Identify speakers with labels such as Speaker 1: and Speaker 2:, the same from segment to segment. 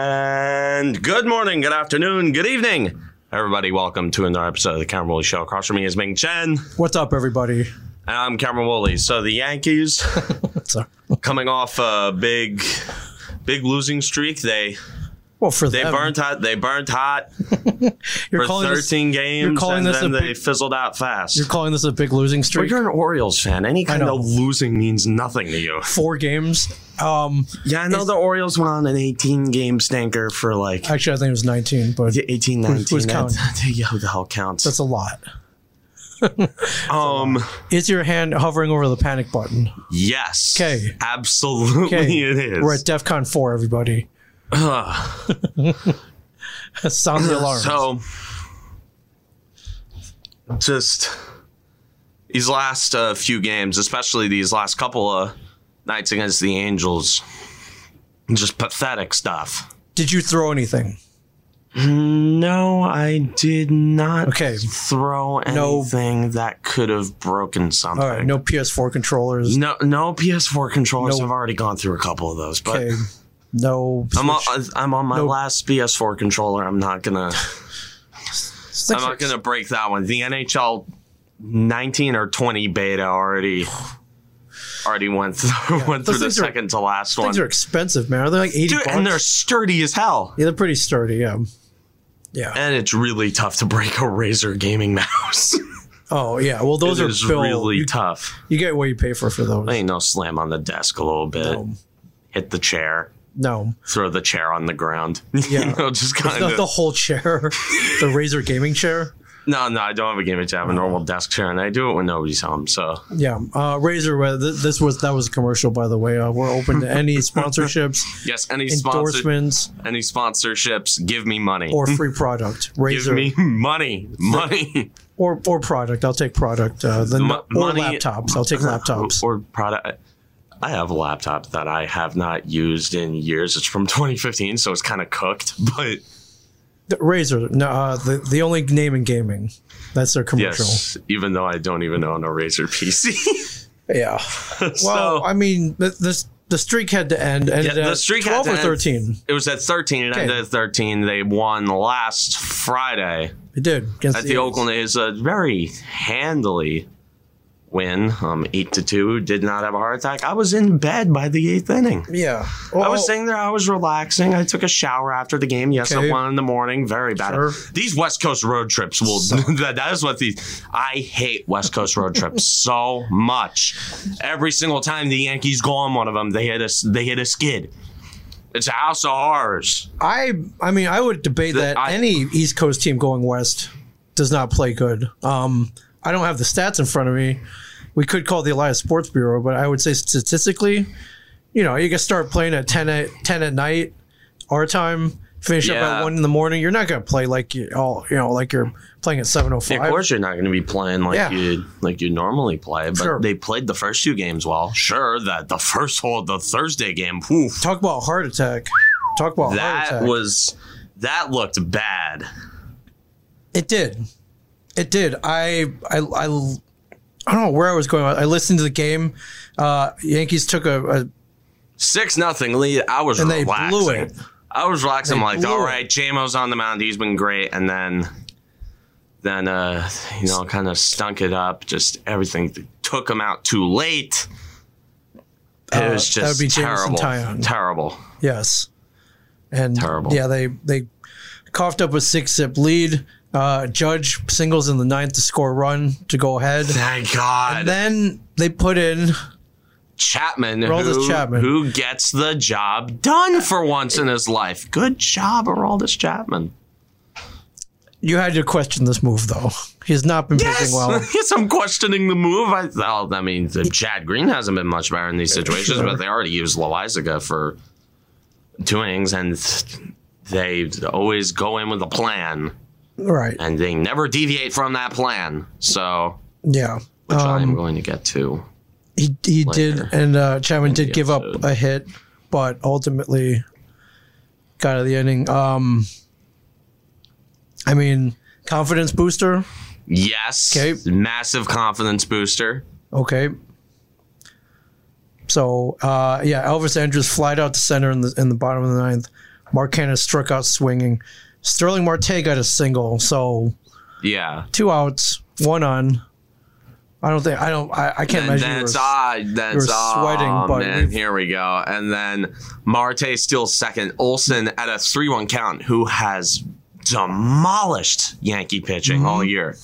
Speaker 1: And good morning, good afternoon, good evening, everybody. Welcome to another episode of the Cameron Woolley Show. Across from me is Ming Chen, and
Speaker 2: What's up, everybody?
Speaker 1: I'm Cameron Woolley. So the Yankees,
Speaker 2: So,
Speaker 1: coming off a big, big losing streak, they
Speaker 2: well, for
Speaker 1: they
Speaker 2: them,
Speaker 1: burnt hot. They burnt hot
Speaker 2: you're
Speaker 1: for
Speaker 2: calling
Speaker 1: 13
Speaker 2: this,
Speaker 1: games,
Speaker 2: calling
Speaker 1: and
Speaker 2: this
Speaker 1: then
Speaker 2: a
Speaker 1: they
Speaker 2: big-
Speaker 1: fizzled out fast.
Speaker 2: you're calling this a big losing
Speaker 1: but
Speaker 2: streak.
Speaker 1: you're an Orioles fan. Any kind
Speaker 2: know.
Speaker 1: of losing means nothing to you.
Speaker 2: Four games. Um,
Speaker 1: Yeah, I know the Orioles went on an 18 game stinker for like
Speaker 2: actually, I think it was 19, but
Speaker 1: 18, 19.
Speaker 2: who's
Speaker 1: That's- yeah, who the hell counts?
Speaker 2: that's a lot.
Speaker 1: um,
Speaker 2: Is your hand hovering over the panic button?
Speaker 1: yes.
Speaker 2: 'Kay.
Speaker 1: Absolutely,
Speaker 2: 'Kay.
Speaker 1: it is.
Speaker 2: We're at DEFCON 4, everybody. Sound the alarm.
Speaker 1: So, just these last uh, few games, especially these last couple of nights against the Angels, just pathetic stuff.
Speaker 2: Did you throw anything?
Speaker 1: No, I did not
Speaker 2: Okay.
Speaker 1: throw
Speaker 2: No.
Speaker 1: anything that could have broken something.
Speaker 2: All right, no PS4 controllers.
Speaker 1: no, no PS4 controllers.
Speaker 2: No.
Speaker 1: I've already gone through a couple of those, but
Speaker 2: Okay. No.
Speaker 1: I'm on,
Speaker 2: Switch.
Speaker 1: I'm on my
Speaker 2: No.
Speaker 1: last PS4 controller. I'm not gonna.
Speaker 2: It's like-
Speaker 1: I'm not going to break that one. The NHL 19 or 20 beta already already went through, went
Speaker 2: those
Speaker 1: through the
Speaker 2: things are-
Speaker 1: second to last one.
Speaker 2: Things are expensive, man. Are they like 80
Speaker 1: Dude,
Speaker 2: bucks?
Speaker 1: and they're sturdy as hell.
Speaker 2: yeah, they're pretty sturdy, yeah. Yeah.
Speaker 1: And it's really tough to break a Razer gaming mouse.
Speaker 2: Oh, yeah. Well, those
Speaker 1: It
Speaker 2: are
Speaker 1: is
Speaker 2: built.
Speaker 1: really
Speaker 2: you,
Speaker 1: tough.
Speaker 2: you get what you pay for for those.
Speaker 1: Ain't no slam on the desk a little bit.
Speaker 2: No.
Speaker 1: Hit the chair.
Speaker 2: No.
Speaker 1: Throw the chair on the ground.
Speaker 2: Yeah.
Speaker 1: you know, just
Speaker 2: It's
Speaker 1: kind
Speaker 2: not the
Speaker 1: of.
Speaker 2: whole chair, the Razer gaming chair.
Speaker 1: No, no, I don't have a gaming chair. I have a normal desk chair, and I do it when nobody's home. So
Speaker 2: Yeah, uh, Razer. uh, th- This was that was a commercial, by the way. Uh, we're open to any sponsorships,
Speaker 1: yes, any sponsor,
Speaker 2: endorsements,
Speaker 1: any sponsorships, give me money.
Speaker 2: or free product.
Speaker 1: Give
Speaker 2: Razer
Speaker 1: me money, money,
Speaker 2: or or product. I'll take product. Uh, then
Speaker 1: Mo-
Speaker 2: or
Speaker 1: money-
Speaker 2: laptops. I'll take laptops.
Speaker 1: or product. I have a laptop that I have not used in years. It's from 2015, so it's kind of cooked. But
Speaker 2: The, Razer. No, uh, the the only name in gaming. That's their commercial.
Speaker 1: yes, even though I don't even own a Razer PC,
Speaker 2: Yeah. Well,
Speaker 1: so
Speaker 2: I mean, th- this the streak had to end. Ended
Speaker 1: Yeah, the
Speaker 2: at
Speaker 1: streak had
Speaker 2: twelve
Speaker 1: to
Speaker 2: or
Speaker 1: end.
Speaker 2: thirteen.
Speaker 1: it was at 13, and
Speaker 2: Okay.
Speaker 1: ended at 13. They won last Friday
Speaker 2: It did against
Speaker 1: at the Oakland A's. A very handily win, um, eight to two. Did not have a heart attack. I was in bed by the eighth inning.
Speaker 2: Yeah.
Speaker 1: I
Speaker 2: Oh,
Speaker 1: was sitting there. I was relaxing. I took a shower after the game. Yes,
Speaker 2: Okay.
Speaker 1: at one in the morning. Very bad.
Speaker 2: Sure.
Speaker 1: These West Coast road trips will. that, that is what these. I hate West Coast road trips so much. Every single time the Yankees go on one of them, they hit us. They hit a skid. It's a house of horrors.
Speaker 2: I I mean I would debate
Speaker 1: The-
Speaker 2: that
Speaker 1: I-
Speaker 2: any East Coast team going west does not play good. Um, I don't have the stats in front of me. We could call the Elias Sports Bureau, but I would say statistically, you know, you can start playing at ten at ten at night our time, finish up
Speaker 1: Yeah.
Speaker 2: at one in the morning. You're not going to play like you all you know like you're playing at seven o
Speaker 1: Of
Speaker 2: five.
Speaker 1: course, you're not going to be playing like
Speaker 2: Yeah.
Speaker 1: you like you normally play. But
Speaker 2: Sure.
Speaker 1: they played the first two games well. Sure, that the first hole, the Thursday game. Whew,
Speaker 2: Talk about heart attack. Talk about heart
Speaker 1: that
Speaker 2: attack.
Speaker 1: was that looked bad.
Speaker 2: It did. It did. I I I, I don't know where I was going. I listened to the game. Uh, Yankees took a, a
Speaker 1: six nothing lead. I was
Speaker 2: and they
Speaker 1: relaxing.
Speaker 2: blew it.
Speaker 1: I was relaxing.
Speaker 2: They
Speaker 1: I'm like,
Speaker 2: blew
Speaker 1: all
Speaker 2: it.
Speaker 1: right, JMO's on the mound. He's been great, and then, then uh, you know, kind of stunk it up. Just everything took him out too late. It
Speaker 2: Uh,
Speaker 1: was
Speaker 2: that would
Speaker 1: just
Speaker 2: be Jameson
Speaker 1: terrible,
Speaker 2: Taillon.
Speaker 1: terrible.
Speaker 2: Yes, and
Speaker 1: Terrible.
Speaker 2: Yeah, they they coughed up a six zip lead. Uh, Judge singles in the ninth to score a run to go ahead.
Speaker 1: Thank God,
Speaker 2: Then they put in
Speaker 1: Chapman,
Speaker 2: Aroldis
Speaker 1: who,
Speaker 2: Chapman.
Speaker 1: who gets the job done for once in his life. Good job, Aroldis Chapman.
Speaker 2: you had to question this move though. He's not been
Speaker 1: Yes,
Speaker 2: pitching well.
Speaker 1: yes, I'm questioning the move. I, well, I mean, the Chad Green hasn't been much better in these situations, but they already used Loizaga for two innings, and they always go in with a plan,
Speaker 2: Right.
Speaker 1: and they never deviate from that plan. So,
Speaker 2: Yeah.
Speaker 1: which I am
Speaker 2: Um,
Speaker 1: going to get to.
Speaker 2: he he
Speaker 1: later
Speaker 2: did and uh Chapman did
Speaker 1: the
Speaker 2: give up
Speaker 1: episode.
Speaker 2: a hit, but ultimately got out of the inning. Um I mean confidence booster.
Speaker 1: Yes,
Speaker 2: Okay.
Speaker 1: massive confidence booster.
Speaker 2: Okay. So uh, yeah, Elvis Andrews flied out to center in the in the bottom of the ninth. Mark Cannon struck out swinging. Sterling Marte got a single, so
Speaker 1: Yeah.
Speaker 2: two outs, one on. I don't think I don't I, I can't
Speaker 1: And
Speaker 2: imagine. you
Speaker 1: that's
Speaker 2: were-
Speaker 1: odd. That's
Speaker 2: were
Speaker 1: odd.
Speaker 2: sweating,
Speaker 1: Oh,
Speaker 2: but
Speaker 1: man,
Speaker 2: we've-
Speaker 1: here we go. And then Marte steals second. Olson at a three-one count, who has demolished Yankee pitching all
Speaker 2: Mm-hmm.
Speaker 1: year.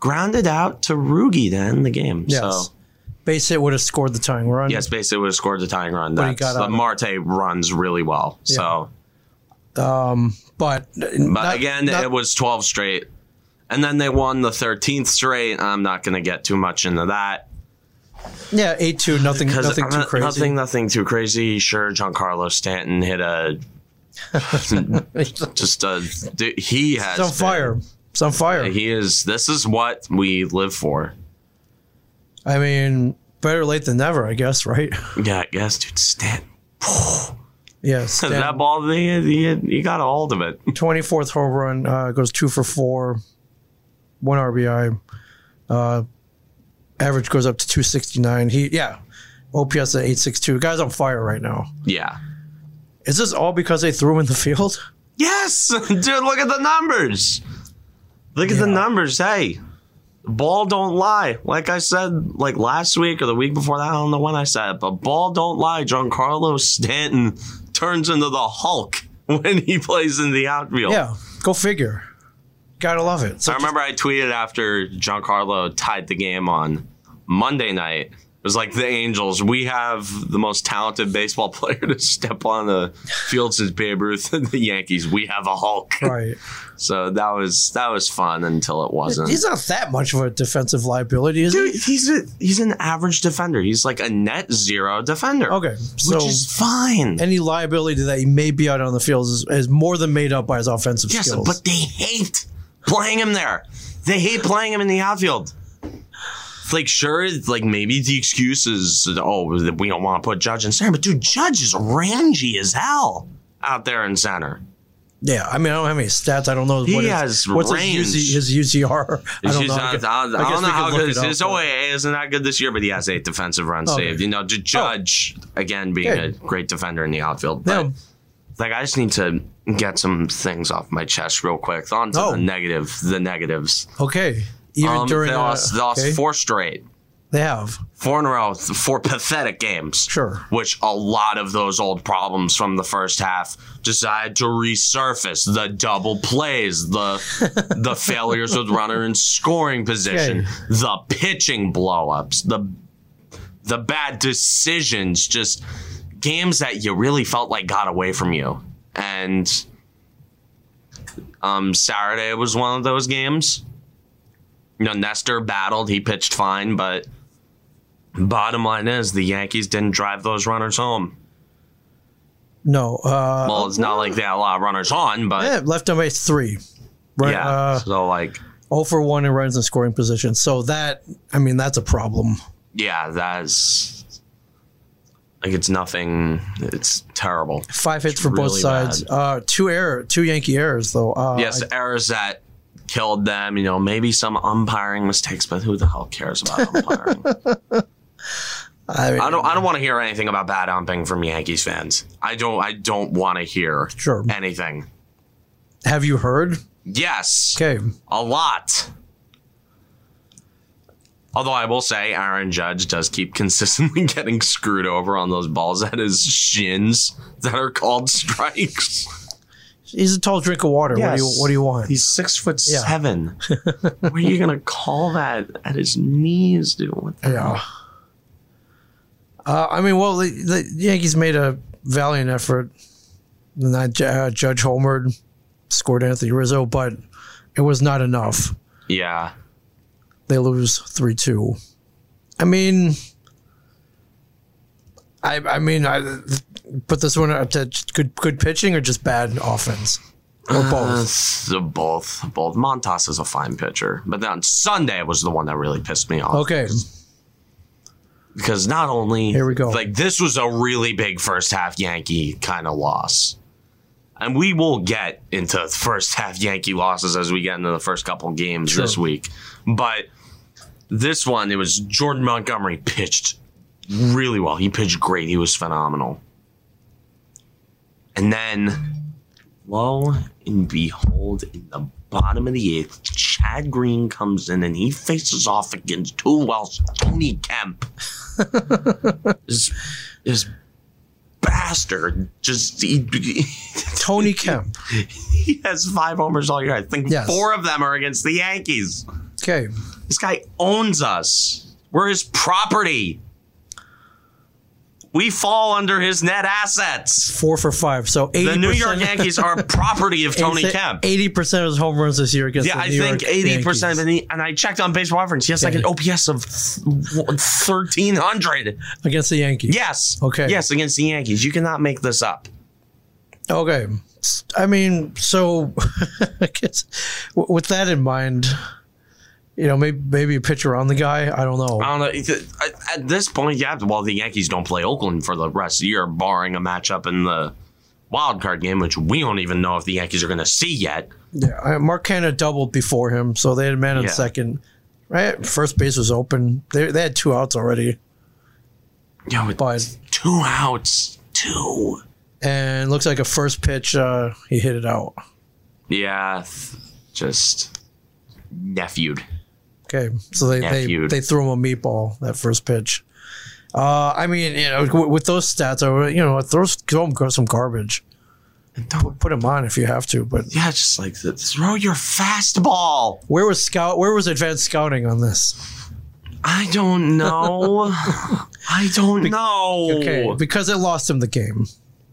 Speaker 1: Grounded out to Rugi to end the game.
Speaker 2: Yes.
Speaker 1: So
Speaker 2: Base hit would have scored the tying run.
Speaker 1: yes, basically would have scored the tying run.
Speaker 2: he
Speaker 1: That's
Speaker 2: got out
Speaker 1: the
Speaker 2: of it.
Speaker 1: Marte runs really well. So
Speaker 2: But,
Speaker 1: But again, it was 12 straight. And then they won the 13th straight. I'm not going to get too much into that.
Speaker 2: yeah, eight two, nothing,
Speaker 1: 'Cause
Speaker 2: nothing
Speaker 1: I'm
Speaker 2: too
Speaker 1: not-
Speaker 2: crazy.
Speaker 1: Nothing, nothing too crazy. Sure, Giancarlo Stanton hit a. just a. dude, He has.
Speaker 2: it's on
Speaker 1: been-
Speaker 2: fire. It's on fire.
Speaker 1: He is. This is what we live for.
Speaker 2: I mean, better late than never, I guess, right?
Speaker 1: Yeah, I guess, dude. Stanton.
Speaker 2: Yes.
Speaker 1: That ball, he, he, he got a hold of it.
Speaker 2: Twenty fourth home run uh, goes two for four, one RBI. Uh, average goes up to two sixty nine. He yeah, OPS at eight six two. Guys on fire right now.
Speaker 1: Yeah.
Speaker 2: Is this all because they threw him in the field?
Speaker 1: Yes, dude, look at the numbers. Look at the numbers. Hey, ball don't lie. Like I said, like last week or the week before that, I don't know when I said it, but ball don't lie. Giancarlo Stanton turns into the Hulk when he plays in the outfield.
Speaker 2: Yeah, go figure. Gotta love it.
Speaker 1: I remember I tweeted after Giancarlo tied the game on Monday night. It was like the Angels. We have the most talented baseball player to step on the field since Babe Ruth and the Yankees. We have a Hulk.
Speaker 2: right.
Speaker 1: So that was that was fun until it wasn't.
Speaker 2: He's not that much of a defensive liability, is
Speaker 1: Dude,
Speaker 2: he?
Speaker 1: he's a, he's an average defender. He's like a net zero defender.
Speaker 2: Okay, so
Speaker 1: which is fine.
Speaker 2: any liability that he may be out on the field is, is more than made up by his offensive
Speaker 1: Yes,
Speaker 2: skills.
Speaker 1: but they hate playing him there. They hate playing him in the outfield. It's Like sure, it's like maybe the excuse is oh we don't want to put Judge in center, but dude, Judge is rangy as hell out there in center.
Speaker 2: yeah, I mean, I don't have any stats. I don't know.
Speaker 1: He
Speaker 2: what his-
Speaker 1: has
Speaker 2: what's
Speaker 1: range.
Speaker 2: His, UC, his UCR. I don't
Speaker 1: He's
Speaker 2: know.
Speaker 1: not- I
Speaker 2: guess-
Speaker 1: don't,
Speaker 2: guess
Speaker 1: know
Speaker 2: we
Speaker 1: how
Speaker 2: could look
Speaker 1: good
Speaker 2: it
Speaker 1: his
Speaker 2: up,
Speaker 1: his oh,
Speaker 2: but-
Speaker 1: OAA is not good this year, but he has eight defensive runs
Speaker 2: Okay. Oh.
Speaker 1: saved. You know, to Judge again being
Speaker 2: Yeah.
Speaker 1: a great defender in the outfield. But
Speaker 2: Yeah.
Speaker 1: like I just need to get some things off my chest real quick. On to
Speaker 2: Oh.
Speaker 1: the negative, the negatives.
Speaker 2: Okay. Even
Speaker 1: Um,
Speaker 2: during
Speaker 1: they
Speaker 2: uh,
Speaker 1: lost, they lost
Speaker 2: okay,
Speaker 1: four straight,
Speaker 2: they have
Speaker 1: four in a row, th- four pathetic games.
Speaker 2: Sure.
Speaker 1: Which a lot of those old problems from the first half decide to resurface. The double plays, the the failures with runner in scoring position,
Speaker 2: Okay.
Speaker 1: the pitching blowups, the the bad decisions, just games that you really felt like got away from you. And um, Saturday was one of those games. You know, Nestor battled. He pitched fine, but bottom line is the Yankees didn't drive those runners home.
Speaker 2: no. Uh,
Speaker 1: Well, it's not like they had a lot of runners on, but
Speaker 2: yeah, left on base three. Right.
Speaker 1: yeah.
Speaker 2: Uh,
Speaker 1: so like,
Speaker 2: 0 for one in runs in scoring position. So that I mean that's a problem.
Speaker 1: yeah, that's like it's nothing. It's terrible.
Speaker 2: Five hits for both
Speaker 1: really
Speaker 2: sides.
Speaker 1: bad.
Speaker 2: Uh, two error, two Yankee errors though. Uh,
Speaker 1: Yes, errors that killed them. You know, maybe some umpiring mistakes, but who the hell cares about umpiring?
Speaker 2: I, mean,
Speaker 1: I don't. I don't want to hear anything about bad umping from Yankees fans. I don't. I don't want to hear
Speaker 2: Sure.
Speaker 1: anything.
Speaker 2: Have you heard?
Speaker 1: Yes,
Speaker 2: Okay.
Speaker 1: a lot. Although I will say, Aaron Judge does keep consistently getting screwed over on those balls at his shins that are called strikes.
Speaker 2: He's a tall drink of water. What do you What do you want?
Speaker 1: He's six foot seven. what are you gonna call that at his knees, dude? What the
Speaker 2: Yeah. Uh, I mean, well, the, the Yankees made a valiant effort. And that Ju- uh, Judge Homered scored Anthony Rizzo, but it was not enough.
Speaker 1: Yeah.
Speaker 2: They lose three two. I mean, I I mean, I put this one up to good good pitching or just bad offense or both.
Speaker 1: Uh, both. Both. Montas is a fine pitcher. But then Sunday was the one that really pissed me off.
Speaker 2: Okay,
Speaker 1: Because not only.
Speaker 2: Here we go.
Speaker 1: Like, this was a really big first half Yankee kind of loss. And we will get into first half Yankee losses as we get into the first couple games
Speaker 2: Sure.
Speaker 1: this week. But this one, it was Jordan Montgomery pitched really well. He pitched great. He was phenomenal. And then, lo and behold, in the bottom of the eighth, Chad Green comes in and he faces off against who else? Tony Kemp. this, this bastard just he,
Speaker 2: Tony Kemp.
Speaker 1: he has five homers all year. I think
Speaker 2: Yes.
Speaker 1: four of them are against the Yankees.
Speaker 2: Okay.
Speaker 1: This guy owns us. We're his property. We fall under his net assets.
Speaker 2: Four for five. So 80%.
Speaker 1: The New York Yankees are property of Tony Kemp.
Speaker 2: 80% of his home runs this year against
Speaker 1: Yeah,
Speaker 2: the
Speaker 1: I
Speaker 2: New
Speaker 1: think
Speaker 2: York
Speaker 1: eighty percent.
Speaker 2: Yankees.
Speaker 1: And, he, and I checked on Baseball Reference. He has like an OPS of thirteen hundred.
Speaker 2: against the Yankees.
Speaker 1: Yes.
Speaker 2: Okay.
Speaker 1: Yes, against the Yankees. You cannot make this up.
Speaker 2: Okay. S- I mean, so I guess w- with that in mind, you know, maybe maybe a pitcher on the guy. I don't know.
Speaker 1: I don't know. It's- at- At this point, yeah. Well, the Yankees don't play Oakland for the rest of the year, barring a matchup in the wild card game, which we don't even know if the Yankees are going to see yet.
Speaker 2: yeah, I- Mark Canna doubled before him, so they had a man in
Speaker 1: Yeah.
Speaker 2: second. Right, first base was open. They they had two outs already,
Speaker 1: Yeah, with
Speaker 2: but
Speaker 1: two outs, two.
Speaker 2: and looks like a first pitch, uh, he hit it out.
Speaker 1: Yeah, th- just nephewed.
Speaker 2: Okay, so they
Speaker 1: Yeah,
Speaker 2: they,
Speaker 1: feud.
Speaker 2: they threw him a meatball that first pitch. Uh, I mean, you know, with, with those stats, I would, you know, throw, s- throw him some garbage. Put him on if you have to, but
Speaker 1: Yeah, just like th- throw your fastball.
Speaker 2: Where was scout? Where was advanced scouting on this?
Speaker 1: I don't know. I don't know.
Speaker 2: Okay, because it lost him the game.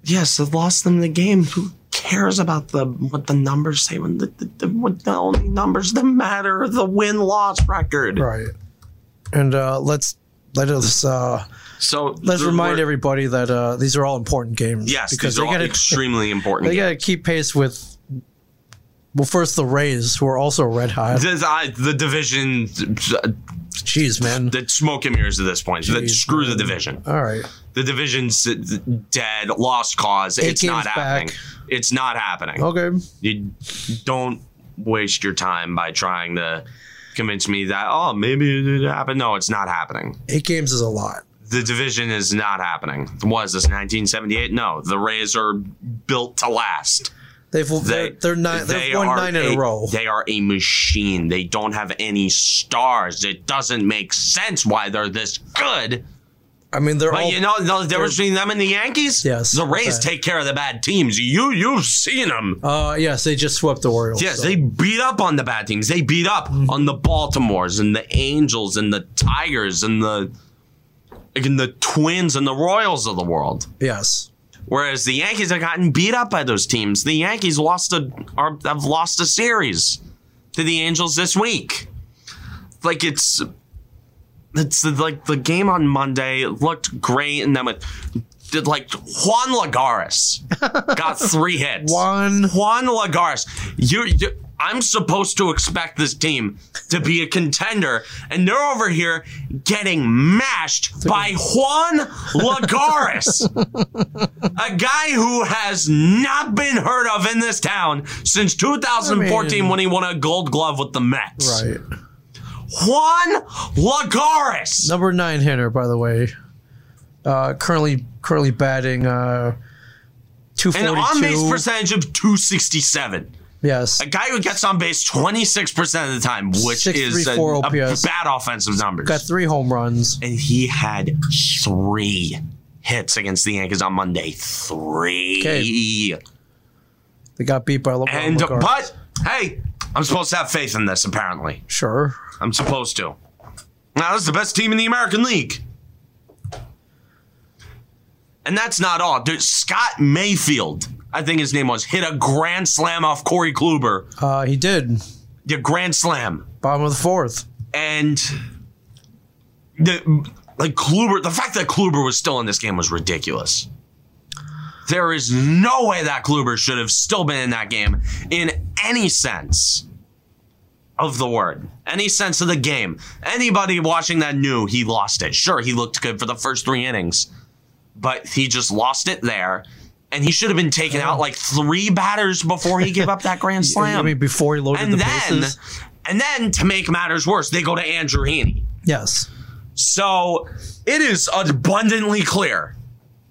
Speaker 1: Yes, it lost them the game. Who cares about the what the numbers say when the, the, the, what the only numbers that matter are the win loss record?
Speaker 2: Right. And uh, let's let us uh,
Speaker 1: So
Speaker 2: let's
Speaker 1: the-
Speaker 2: remind
Speaker 1: we're-
Speaker 2: everybody that uh, these are all important games.
Speaker 1: Yes,
Speaker 2: because
Speaker 1: these are
Speaker 2: they
Speaker 1: all
Speaker 2: got to
Speaker 1: extremely important.
Speaker 2: they got to keep pace with. Well, first the Rays, who are also red hot.
Speaker 1: This- I- the division uh,
Speaker 2: Jeez, man.
Speaker 1: the smoke and mirrors at this point. That
Speaker 2: Jeez,
Speaker 1: screw the
Speaker 2: man.
Speaker 1: division.
Speaker 2: All right.
Speaker 1: The division's dead, lost cause.
Speaker 2: Eight
Speaker 1: it's not
Speaker 2: games
Speaker 1: happening.
Speaker 2: back.
Speaker 1: It's not happening.
Speaker 2: Okay.
Speaker 1: You don't waste your time by trying to convince me that oh maybe it happened. No, it's not happening.
Speaker 2: Eight games is a lot.
Speaker 1: The division is not happening. Was this 1978? No, the Rays are built to last.
Speaker 2: They've
Speaker 1: They
Speaker 2: they, they're nine. They've
Speaker 1: they
Speaker 2: won
Speaker 1: are
Speaker 2: nine in a row.
Speaker 1: They are a machine. They don't have any stars. It doesn't make sense why they're this good.
Speaker 2: I mean, they're
Speaker 1: But
Speaker 2: all
Speaker 1: you know the difference between them and the Yankees?
Speaker 2: Yes,
Speaker 1: The Rays
Speaker 2: okay.
Speaker 1: take care of the bad teams. You you've seen them.
Speaker 2: Uh, yes, they just swept the Orioles.
Speaker 1: Yes,
Speaker 2: so- Mm-hmm.
Speaker 1: they beat up on the bad teams. They beat up on the Baltimores and the Angels and the Tigers and the and the Twins and the Royals of the world.
Speaker 2: yes.
Speaker 1: Whereas the Yankees have gotten beat up by those teams. The Yankees lost a are, have lost a series to the Angels this week. Like it's it's like the game on Monday looked great, and then with did like Juan Lagares got three hits.
Speaker 2: One.
Speaker 1: Juan Lagares, you, you I'm supposed to expect this team to be a contender, and they're over here getting mashed by Juan Lagares, a guy who has not been heard of in this town since 2014
Speaker 2: I mean-
Speaker 1: when he won a Gold Glove with the Mets.
Speaker 2: Right.
Speaker 1: Juan Lagares.
Speaker 2: number nine hitter, by the way. Uh, currently, currently batting uh, two
Speaker 1: An on base
Speaker 2: forty two.
Speaker 1: percentage of 267.
Speaker 2: Yes,
Speaker 1: A guy who gets on base 26% of the time, which
Speaker 2: Six,
Speaker 1: is
Speaker 2: three,
Speaker 1: a,
Speaker 2: four
Speaker 1: a
Speaker 2: OPS.
Speaker 1: bad offensive numbers.
Speaker 2: got three home runs.
Speaker 1: and he had three hits against the Yankees on Monday. Three.
Speaker 2: They got beat by LeBron.
Speaker 1: And
Speaker 2: Lagares.
Speaker 1: but hey, I'm supposed to have faith in this. Apparently,
Speaker 2: sure,
Speaker 1: I'm supposed to. Now this is the best team in the American League. And that's not all. Dude, Scott Mayfield, I think his name was, hit a grand slam off Corey Kluber.
Speaker 2: uh, he did.
Speaker 1: The grand slam.
Speaker 2: Bottom of the fourth.
Speaker 1: and the like Kluber, the fact that Kluber was still in this game was ridiculous. There is no way that Kluber should have still been in that game in any sense of the word, any sense of the game. Anybody watching that knew he lost it. Sure, he looked good for the first three innings, but he just lost it there. And he should have been taken out like three batters before he gave up that grand slam
Speaker 2: I mean, before he loaded
Speaker 1: and
Speaker 2: the
Speaker 1: then
Speaker 2: bases.
Speaker 1: and then to make matters worse, they go to Andrew Heaney.
Speaker 2: Yes,
Speaker 1: So it is abundantly clear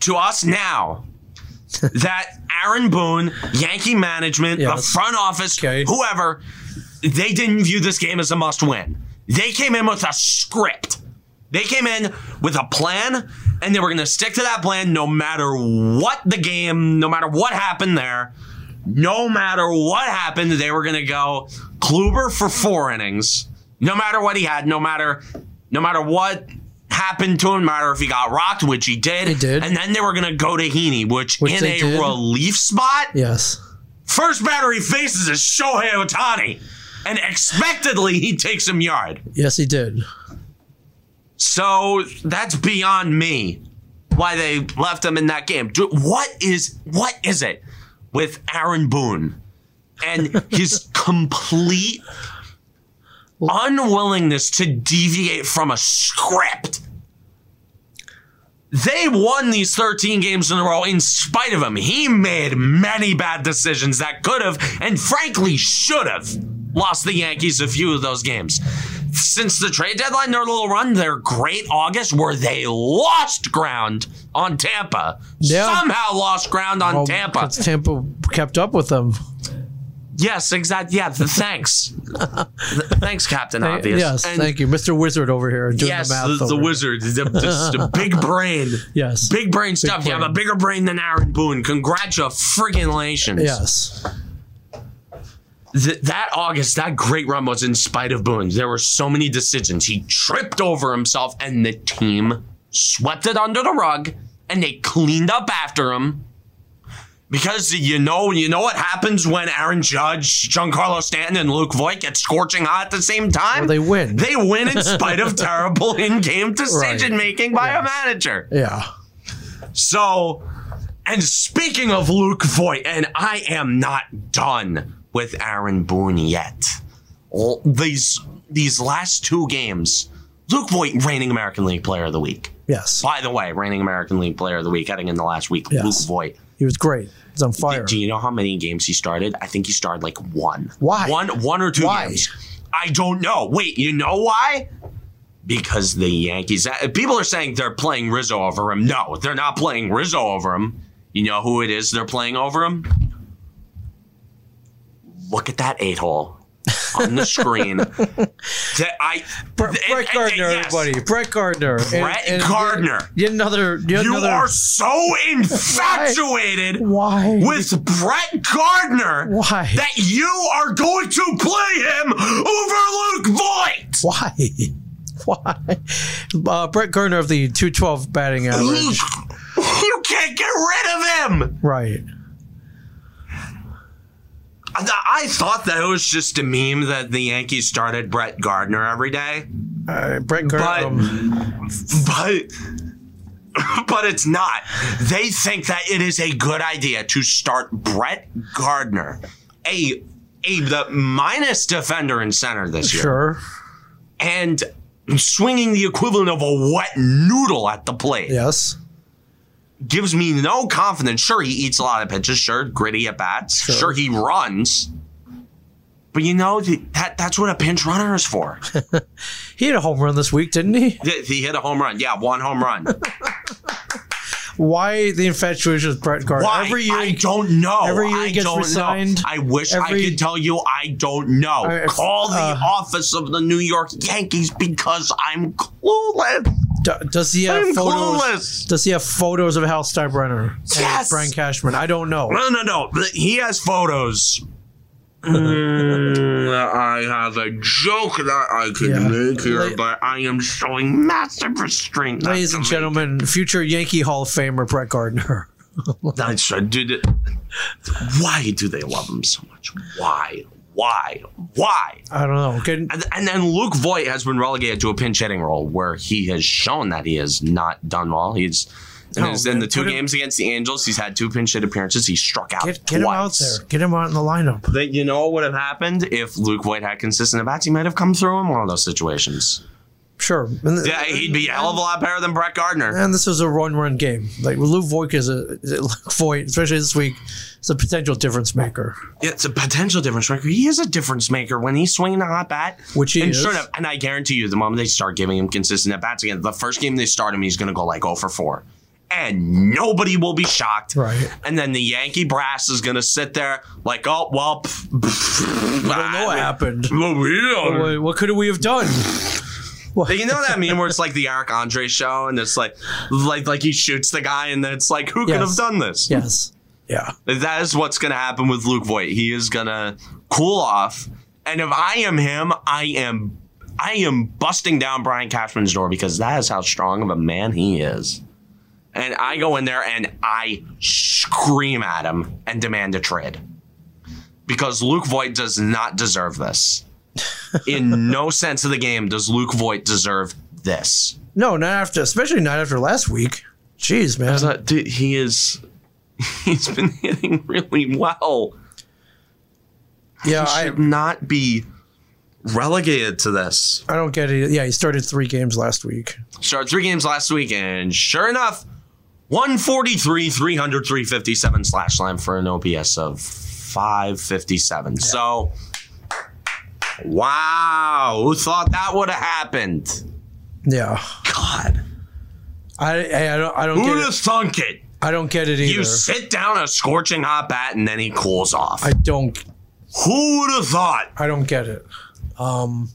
Speaker 1: to us now that Aaron Boone, Yankee management, the
Speaker 2: Yes.
Speaker 1: front office,
Speaker 2: Okay.
Speaker 1: whoever, they didn't view this game as a must win. They came in with a script. They came in with a plan, and they were going to stick to that plan no matter what the game, no matter what happened there, no matter what happened, they were going to go Kluber for four innings, no matter what he had, no matter, no matter what happened to him, no matter if he got rocked, which he did,
Speaker 2: He did.
Speaker 1: and then they were going to go to Heaney, which,
Speaker 2: Which
Speaker 1: in
Speaker 2: they
Speaker 1: a
Speaker 2: did.
Speaker 1: relief spot,
Speaker 2: Yes.
Speaker 1: first batter he faces is Shohei Otani. And expectedly, he takes him yard.
Speaker 2: Yes, he did.
Speaker 1: So that's beyond me. Why they left him in that game? Do- What is what is it with Aaron Boone and his complete unwillingness to deviate from a script? They won these 13 games in a row in spite of him. He made many bad decisions that could have and frankly should have lost the Yankees a few of those games since the trade deadline, their little run, their great August, where they lost ground on Tampa.
Speaker 2: Yeah.
Speaker 1: Somehow lost ground on
Speaker 2: Well,
Speaker 1: Tampa.
Speaker 2: 'cause Oh, Tampa kept up with them.
Speaker 1: Yes, exactly. Yeah, th- thanks. Th- thanks, Captain Obvious.
Speaker 2: Yes,
Speaker 1: And
Speaker 2: thank you, Mr. Wizard over here doing
Speaker 1: Yes,
Speaker 2: the math.
Speaker 1: the, the
Speaker 2: over here.
Speaker 1: wizard, the, the- the big brain,
Speaker 2: Yes.
Speaker 1: big brain stuff. You have
Speaker 2: brain.
Speaker 1: a bigger brain than Aaron Boone. Congratulations.
Speaker 2: Yes.
Speaker 1: Th- that August, that great run was in spite of Boone. There were so many decisions. He tripped over himself, and the team swept it under the rug, and they cleaned up after him. Because you know, you know what happens when Aaron Judge, Giancarlo Stanton, and Luke Voigt get scorching hot at the same time.
Speaker 2: Well, they win.
Speaker 1: They win in spite of terrible in-game decision making by a manager.
Speaker 2: Yeah.
Speaker 1: So, and speaking of Luke Voigt, and I am not done with Aaron Boone yet. All- These these last two games, Luke Voigt reigning American League Player of the Week.
Speaker 2: Yes.
Speaker 1: By the way, reigning American League Player of the Week heading into last week,
Speaker 2: Yes.
Speaker 1: Luke Voigt.
Speaker 2: He was great. He's on fire.
Speaker 1: Do you know how many games he started? I think he started like one.
Speaker 2: Why?
Speaker 1: One one or two
Speaker 2: Why?
Speaker 1: games. I don't know. Wait, you know why? Because the Yankees uh, people are saying they're playing Rizzo over him. No, they're not playing Rizzo over him. You know who it is they're playing over him? Look at that eight hole on the screen. that I
Speaker 2: Bre-
Speaker 1: and-
Speaker 2: Brett
Speaker 1: and-
Speaker 2: Gardner,
Speaker 1: yes.
Speaker 2: everybody. Brett Gardner. And-
Speaker 1: Brett
Speaker 2: and yet-
Speaker 1: Gardner.
Speaker 2: Yet another. Yet
Speaker 1: You
Speaker 2: another,
Speaker 1: are so infatuated
Speaker 2: Why?
Speaker 1: with Brett Gardner
Speaker 2: Why?
Speaker 1: that you are going to play him over Luke Voigt.
Speaker 2: Why? Why? Uh, Brett Gardner of the 212 batting average.
Speaker 1: You can't get rid of him.
Speaker 2: right.
Speaker 1: I, th- I thought that it was just a meme that the Yankees started Brett Gardner every day,
Speaker 2: Uh, Brett Gardner.
Speaker 1: But-
Speaker 2: um,
Speaker 1: but but it's not. They think that it is a good idea to start Brett Gardner, a a the minus defender in center this year.
Speaker 2: sure.
Speaker 1: and swinging the equivalent of a wet noodle at the plate
Speaker 2: Yes.
Speaker 1: gives me no confidence. Sure, he eats a lot of pitches. Sure, gritty at bats. Sure. he runs. But you know th- that that's what a pinch runner is for.
Speaker 2: He had a home run this week, didn't he?
Speaker 1: Th- he hit a home run. Yeah, one home run.
Speaker 2: Why the infatuation with Brett Gardner?
Speaker 1: Why?
Speaker 2: Every year,
Speaker 1: I don't know.
Speaker 2: every year he
Speaker 1: I
Speaker 2: gets
Speaker 1: don't
Speaker 2: resigned.
Speaker 1: know. I wish
Speaker 2: Every-
Speaker 1: I could tell you I don't know.
Speaker 2: I-
Speaker 1: Call the
Speaker 2: uh,
Speaker 1: office of the New York Yankees because I'm clueless.
Speaker 2: d- does he have
Speaker 1: I'm
Speaker 2: photos?
Speaker 1: clueless.
Speaker 2: Does he have photos of Hal Steinbrenner and
Speaker 1: Yes!
Speaker 2: Brian Cashman? I don't know.
Speaker 1: No, no, no. He has photos. Mm, I have a joke that I could
Speaker 2: Yeah.
Speaker 1: make here,
Speaker 2: La-
Speaker 1: but I am showing massive restraint. not
Speaker 2: Ladies
Speaker 1: to
Speaker 2: and
Speaker 1: make-
Speaker 2: gentlemen, future Yankee Hall of Famer Brett Gardner.
Speaker 1: That's right, dude. Why do they love him so much? Why? Why? Why?
Speaker 2: I don't know. Can,
Speaker 1: And, and then Luke Voigt has been relegated to a pinch hitting role where he has shown that he has not done well. He's in,
Speaker 2: No,
Speaker 1: his, in the
Speaker 2: man,
Speaker 1: two
Speaker 2: Oh, put him-
Speaker 1: games against the Angels, he's had two pinch hit appearances. He struck out
Speaker 2: get get him out
Speaker 1: twice.
Speaker 2: there. Get him out in the lineup.
Speaker 1: that you know what would have happened if Luke White had consistent at bats. He might have come through in one of those situations.
Speaker 2: sure. And, th-
Speaker 1: Yeah, he'd be a hell of a lot better than Brett Gardner.
Speaker 2: and this is a run-run game. Like Lou Voigt is a is a- Voigt, especially this week, is a potential difference maker.
Speaker 1: It's a potential difference maker. He is a difference maker when he's swinging a hot bat.
Speaker 2: Which he
Speaker 1: and
Speaker 2: is.
Speaker 1: sure enough, and I guarantee you, the moment they start giving him consistent at bats again, the first game they start him, he's going to go like 0 for 4. And nobody will be shocked.
Speaker 2: Right.
Speaker 1: And then the Yankee brass is going to sit there like, oh, well, pff, pff,
Speaker 2: I don't know what happened.
Speaker 1: Well, we don't
Speaker 2: What, what could we have done?
Speaker 1: Like, you know that meme where it's like the Eric Andre show, and it's like, like, like he shoots the guy, and then it's like, who could
Speaker 2: Yes.
Speaker 1: have done this?
Speaker 2: Yes. Yeah.
Speaker 1: That is what's going to happen with Luke Voigt. He is going to cool off, and if I am him, I am, I am busting down Brian Cashman's door because that is how strong of a man he is. And I go in there and I scream at him and demand a trade because Luke Voigt does not deserve this. In no sense of the game does Luke Voigt deserve this.
Speaker 2: No, not after, especially not after last week. Jeez, man.
Speaker 1: It's not- dude, he is. He's been hitting really well.
Speaker 2: yeah,
Speaker 1: He
Speaker 2: I,
Speaker 1: should not be relegated to this.
Speaker 2: I don't get it. Yeah, he started three games last week.
Speaker 1: Started three games last week, and sure enough, 143, 300, 357 slash line for an OPS of 557. So, wow. Who thought that would have happened?
Speaker 2: Yeah,
Speaker 1: God.
Speaker 2: I I, I don't I don't
Speaker 1: Who would
Speaker 2: get
Speaker 1: have
Speaker 2: it.
Speaker 1: thunk it?
Speaker 2: I don't get it either.
Speaker 1: You sit down a scorching hot bat and then he cools off.
Speaker 2: I don't
Speaker 1: Who would have thought?
Speaker 2: I don't get it. Um,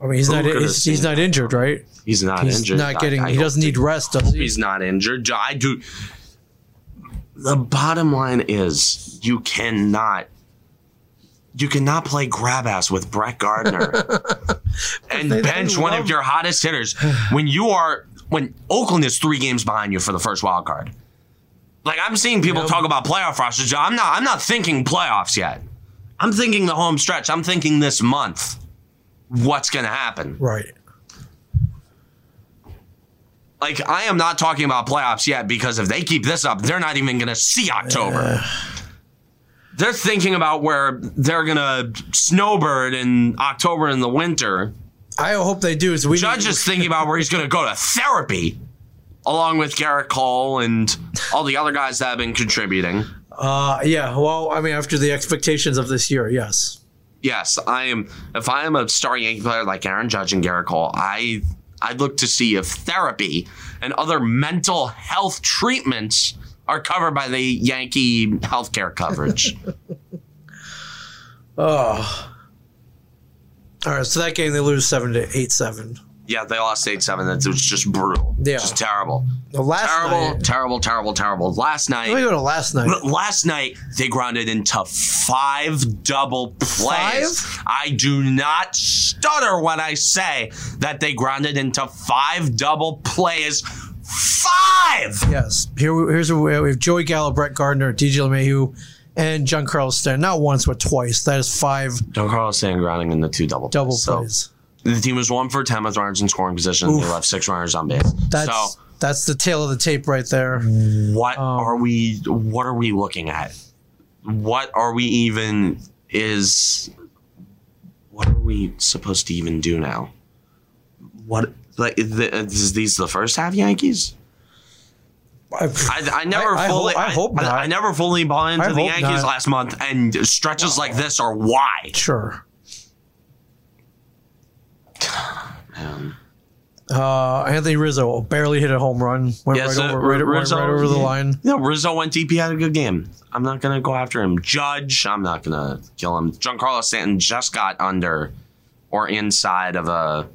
Speaker 2: I mean he's not
Speaker 1: could have
Speaker 2: he's, he's
Speaker 1: seen
Speaker 2: not injured, right?
Speaker 1: He's not
Speaker 2: He's
Speaker 1: injured.
Speaker 2: not getting.
Speaker 1: I- I
Speaker 2: he
Speaker 1: hope
Speaker 2: doesn't need rest, does he?
Speaker 1: He's not injured. I do. The bottom line is you cannot. You cannot play grab ass with Brett Gardner and
Speaker 2: They- they
Speaker 1: bench one of
Speaker 2: love-
Speaker 1: your hottest hitters when you are when Oakland is three games behind you for the first wild card. Like I'm seeing people
Speaker 2: Yep.
Speaker 1: talk about playoff rosters. I'm not. I'm not thinking playoffs yet. I'm thinking the home stretch. I'm thinking this month. What's going to happen?
Speaker 2: Right.
Speaker 1: like I am not talking about playoffs yet because if they keep this up, they're not even going to see October. They're thinking about where they're going to snowbird in October in the winter.
Speaker 2: I hope they do. Is we
Speaker 1: Judge is thinking about where he's going to go to therapy along with Garrett Cole and all the other guys that have been contributing.
Speaker 2: Uh, yeah. Well, I mean after the expectations of this year, yes.
Speaker 1: Yes, I am if I am a star Yankee player like Aaron Judge and Garrett Cole, I I look to see if therapy and other mental health treatments are covered by the Yankee healthcare coverage.
Speaker 2: Oh. All right. So that game they lose seven to eight seven.
Speaker 1: Yeah, they lost eight seven. That was just brutal.
Speaker 2: Yeah.
Speaker 1: just terrible,
Speaker 2: The last
Speaker 1: terrible,
Speaker 2: night.
Speaker 1: terrible, terrible, terrible. Last
Speaker 2: Let me
Speaker 1: night,
Speaker 2: go to last night.
Speaker 1: last night they grounded into five double plays. I do not stutter when I say that they grounded into five double plays. Five.
Speaker 2: Yes. Here, we- here's where we have, we have Joey Gallo, Brett Gardner, DJ LeMahieu, and John Carlos Stanton. Not once, but twice. That is five
Speaker 1: Don Carlos saying grounding into two double
Speaker 2: double
Speaker 1: plays.
Speaker 2: plays.
Speaker 1: So the team was one for ten with runners in scoring position. They
Speaker 2: Oof.
Speaker 1: left six runners on base.
Speaker 2: That's
Speaker 1: so Mm-hmm.
Speaker 2: that's the tail of the tape right there.
Speaker 1: what
Speaker 2: Um,
Speaker 1: are we what are we looking at what are we even is what are we supposed to even do now what like the, is these the first half yankees
Speaker 2: I,
Speaker 1: i, I never
Speaker 2: I- I
Speaker 1: fully
Speaker 2: hope- I hope not.
Speaker 1: I, never fully bought into
Speaker 2: I
Speaker 1: the
Speaker 2: hope
Speaker 1: yankees
Speaker 2: not.
Speaker 1: last month and stretches like this are why
Speaker 2: sure.
Speaker 1: Um,
Speaker 2: Uh, Anthony Rizzo barely hit a home run. Went
Speaker 1: Yes,
Speaker 2: right,
Speaker 1: uh,
Speaker 2: over, right, right-
Speaker 1: Rizzo-
Speaker 2: right over the line.
Speaker 1: No, Rizzo went DP had a good game. I'm not gonna go after him. Judge, I'm not gonna kill him. Giancarlo Stanton just got under or inside of a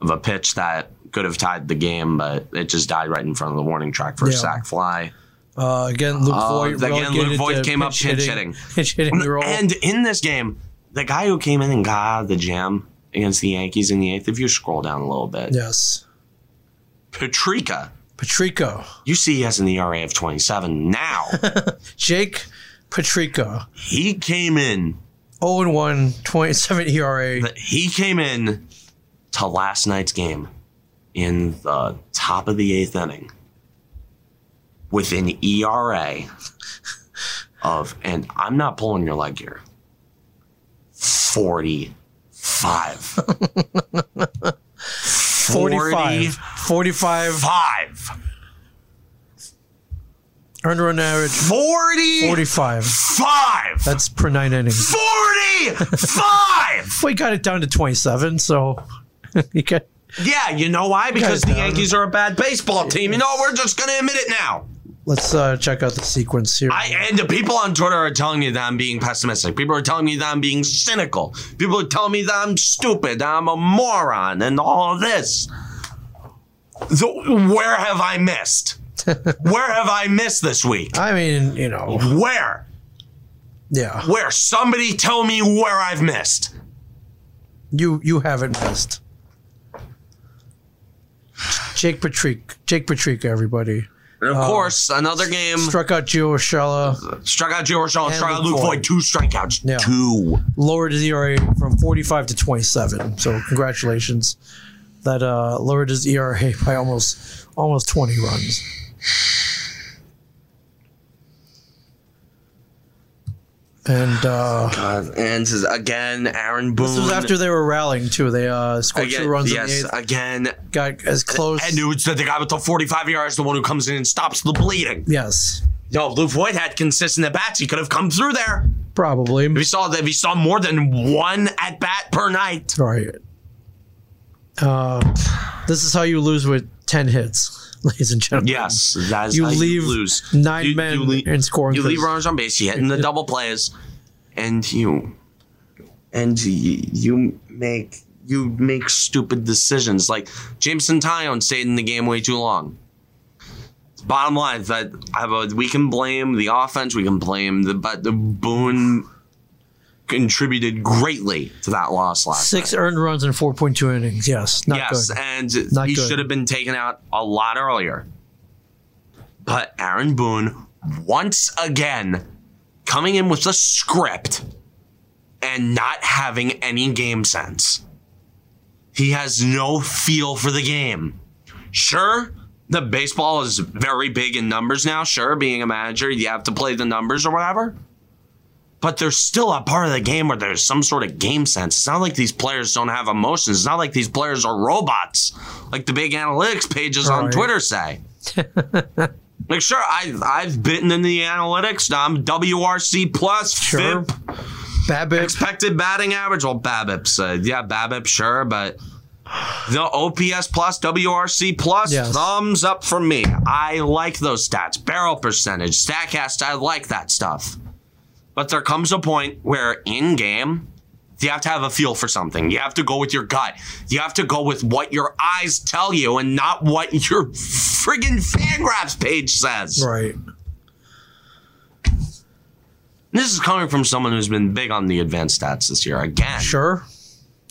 Speaker 1: of a pitch that could have tied the game, but it just died right in front of the warning track for a
Speaker 2: Yeah.
Speaker 1: sack fly.
Speaker 2: Uh, again, Luke
Speaker 1: Uh,
Speaker 2: Voigt.
Speaker 1: again, Luke
Speaker 2: relegated
Speaker 1: Voigt
Speaker 2: to
Speaker 1: came up
Speaker 2: pitch
Speaker 1: pinch hitting.
Speaker 2: Pitch hitting role.
Speaker 1: And in this game, the guy who came in and got out of the jam against the Yankees in the eighth, if you scroll down a little bit,
Speaker 2: yes.
Speaker 1: Patrica,
Speaker 2: Patrico.
Speaker 1: you see he has an ERA of 27 now.
Speaker 2: Jake Patrico.
Speaker 1: he came in
Speaker 2: 0 and E 1, 27 ERA.
Speaker 1: that he came in to last night's game in the top of the eighth inning with an ERA of, and I'm not pulling your leg here, 45.
Speaker 2: 45. 45
Speaker 1: Five.
Speaker 2: earned run average,
Speaker 1: 40.
Speaker 2: 45.
Speaker 1: Five.
Speaker 2: That's per nine innings.
Speaker 1: 45.
Speaker 2: We got it down to 27, so you got
Speaker 1: yeah, you know why? Because the
Speaker 2: down.
Speaker 1: Yankees are a bad baseball team. You know, we're just going to admit it now.
Speaker 2: Let's uh, check out the sequence here.
Speaker 1: I, and the people on Twitter are telling me that I'm being pessimistic. People are telling me that I'm being cynical. People are telling me that I'm stupid, that I'm a moron, and all of this. The- where have I missed? where have I missed this week?
Speaker 2: I mean, you know,
Speaker 1: Where?
Speaker 2: yeah.
Speaker 1: Where? Somebody tell me where I've missed.
Speaker 2: You you haven't missed. Jake Patrick, Jake Patrick, everybody
Speaker 1: And of
Speaker 2: Uh,
Speaker 1: course, another game
Speaker 2: struck out Gio Urshela,
Speaker 1: struck out Joe Rochelle, struck out
Speaker 2: Luke
Speaker 1: Luke
Speaker 2: Voit.
Speaker 1: Void, two strikeouts.
Speaker 2: Yeah.
Speaker 1: Two.
Speaker 2: lowered his ERA from 45 to 27. So congratulations, that uh, lowered his ERA by almost almost 20 runs. And uh,
Speaker 1: Uh, and this is again Aaron Boone.
Speaker 2: this was after they were rallying too. They uh, scored
Speaker 1: again,
Speaker 2: two runs
Speaker 1: yes,
Speaker 2: in the eighth,
Speaker 1: again
Speaker 2: got as close.
Speaker 1: And dude, the guy with the 45 yards, the one who comes in and stops the bleeding.
Speaker 2: yes,
Speaker 1: Yo, Lou Voigt had consistent at bats. He could have come through there.
Speaker 2: probably.
Speaker 1: We saw that. We saw more than one at bat per night.
Speaker 2: Right. Uh, this is how you lose with 10 hits, ladies and gentlemen.
Speaker 1: Yes, that's
Speaker 2: You
Speaker 1: how
Speaker 2: leave
Speaker 1: lose.
Speaker 2: nine men in scoring
Speaker 1: You leave
Speaker 2: position.
Speaker 1: runners on base. You hit in the double plays, and you and you, you make you make stupid decisions. Like Jameson Tyone stayed in the game way too long. Bottom line is that I have a, we can blame the offense. We can blame the but the Boone contributed greatly to that loss last
Speaker 2: Six earned runs in 4.2 innings. Yes. Not
Speaker 1: yes,
Speaker 2: good.
Speaker 1: and
Speaker 2: Not
Speaker 1: he
Speaker 2: good.
Speaker 1: should have been taken out a lot earlier. But Aaron Boone, once again, coming in with a script and not having any game sense. He has no feel for the game. Sure, the baseball is very big in numbers now. Sure, being a manager, you have to play the numbers or whatever. But there's still a part of the game where there's some sort of game sense. It's not like these players don't have emotions. It's not like these players are robots, like the big analytics pages on
Speaker 2: Right.
Speaker 1: Twitter say. like, sure, I, I've bitten in the analytics. Now I'm WRC plus,
Speaker 2: Sure.
Speaker 1: FIP,
Speaker 2: Babbitt.
Speaker 1: expected batting average. Well, Babbipp's, uh, yeah, Babbipp, sure, but the OPS plus, WRC plus,
Speaker 2: Yes.
Speaker 1: thumbs up from me. I like those stats. Barrel percentage, Statcast, I like that stuff. But there comes a point where in game, you have to have a feel for something. You have to go with your gut. You have to go with what your eyes tell you and not what your friggin' Fangraphs page says.
Speaker 2: Right.
Speaker 1: This is coming from someone who's been big on the advanced stats this year again.
Speaker 2: Sure.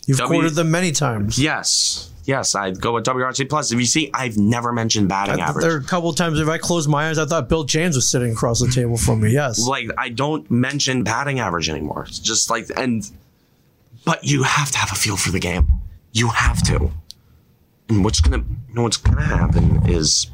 Speaker 2: You've
Speaker 1: W-
Speaker 2: quoted them many times.
Speaker 1: Yes. Yes, I'd go with WRC plus. If you see, I've never mentioned batting
Speaker 2: I-
Speaker 1: average.
Speaker 2: There are a couple times if I closed my eyes, I thought Bill James was sitting across the table from me. Yes.
Speaker 1: like I don't mention batting average anymore. It's just like and but you have to have a feel for the game. You have to. And what's gonna you know, what's gonna happen is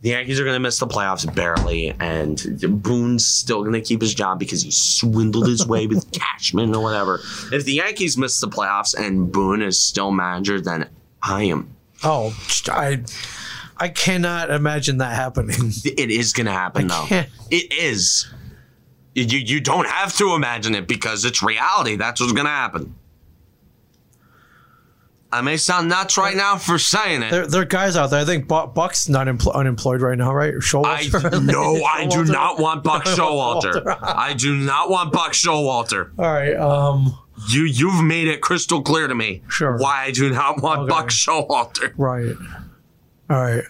Speaker 1: the Yankees are gonna miss the playoffs barely, and Boone's still gonna keep his job because he swindled his way with Cashman or whatever. If the Yankees miss the playoffs and Boone is still manager, then I am
Speaker 2: Oh, I, I cannot imagine that happening.
Speaker 1: it is going to happen though.
Speaker 2: can't.
Speaker 1: It is. You you don't have to imagine it because it's reality. That's what's going to happen. I may sound nuts right now for saying it.
Speaker 2: There, there are guys out there. I think Bu- Buck's not empl- unemployed right now, right?
Speaker 1: I
Speaker 2: Showalter.
Speaker 1: no, I do
Speaker 2: Showalter.
Speaker 1: not want Buck Showalter.
Speaker 2: Walter.
Speaker 1: I do not want Buck Showalter.
Speaker 2: All right. Um.
Speaker 1: You you've made it crystal clear to me
Speaker 2: Sure.
Speaker 1: why I do not want
Speaker 2: Okay.
Speaker 1: Buck Showalter.
Speaker 2: Right. All right.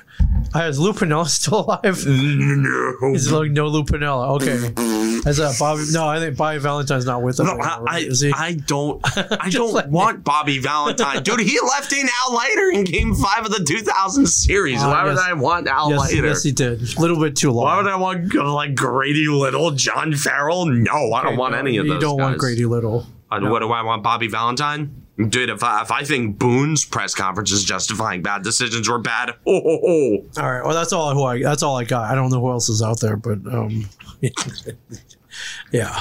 Speaker 2: Uh, is Lupinella still alive?
Speaker 1: No.
Speaker 2: Is like no Lupinella. Okay. Is that Bobby? No, I think Bobby Valentine's not with us.
Speaker 1: No,
Speaker 2: right now,
Speaker 1: I,
Speaker 2: right?
Speaker 1: I,
Speaker 2: is he?
Speaker 1: I don't I
Speaker 2: Just
Speaker 1: don't
Speaker 2: like-
Speaker 1: want Bobby Valentine. Dude, he left in Al Leiter in game five of the 2000 series.
Speaker 2: Ah,
Speaker 1: Why would
Speaker 2: yes.
Speaker 1: I want Al
Speaker 2: yes,
Speaker 1: Leiter?
Speaker 2: yes, he did. A little bit too long.
Speaker 1: Why would I want uh, like Grady Little, John Farrell? No, I don't want
Speaker 2: No,
Speaker 1: any of
Speaker 2: you
Speaker 1: those.
Speaker 2: don't want
Speaker 1: guys.
Speaker 2: Grady Little.
Speaker 1: Uh, What do I want, Bobby Valentine? Dude, if I, if I think Boone's press conference is justifying bad decisions were bad, oh, oh, oh.
Speaker 2: All right. Well, that's all. Who I? That's all I got. I don't know who else is out there, but um, yeah.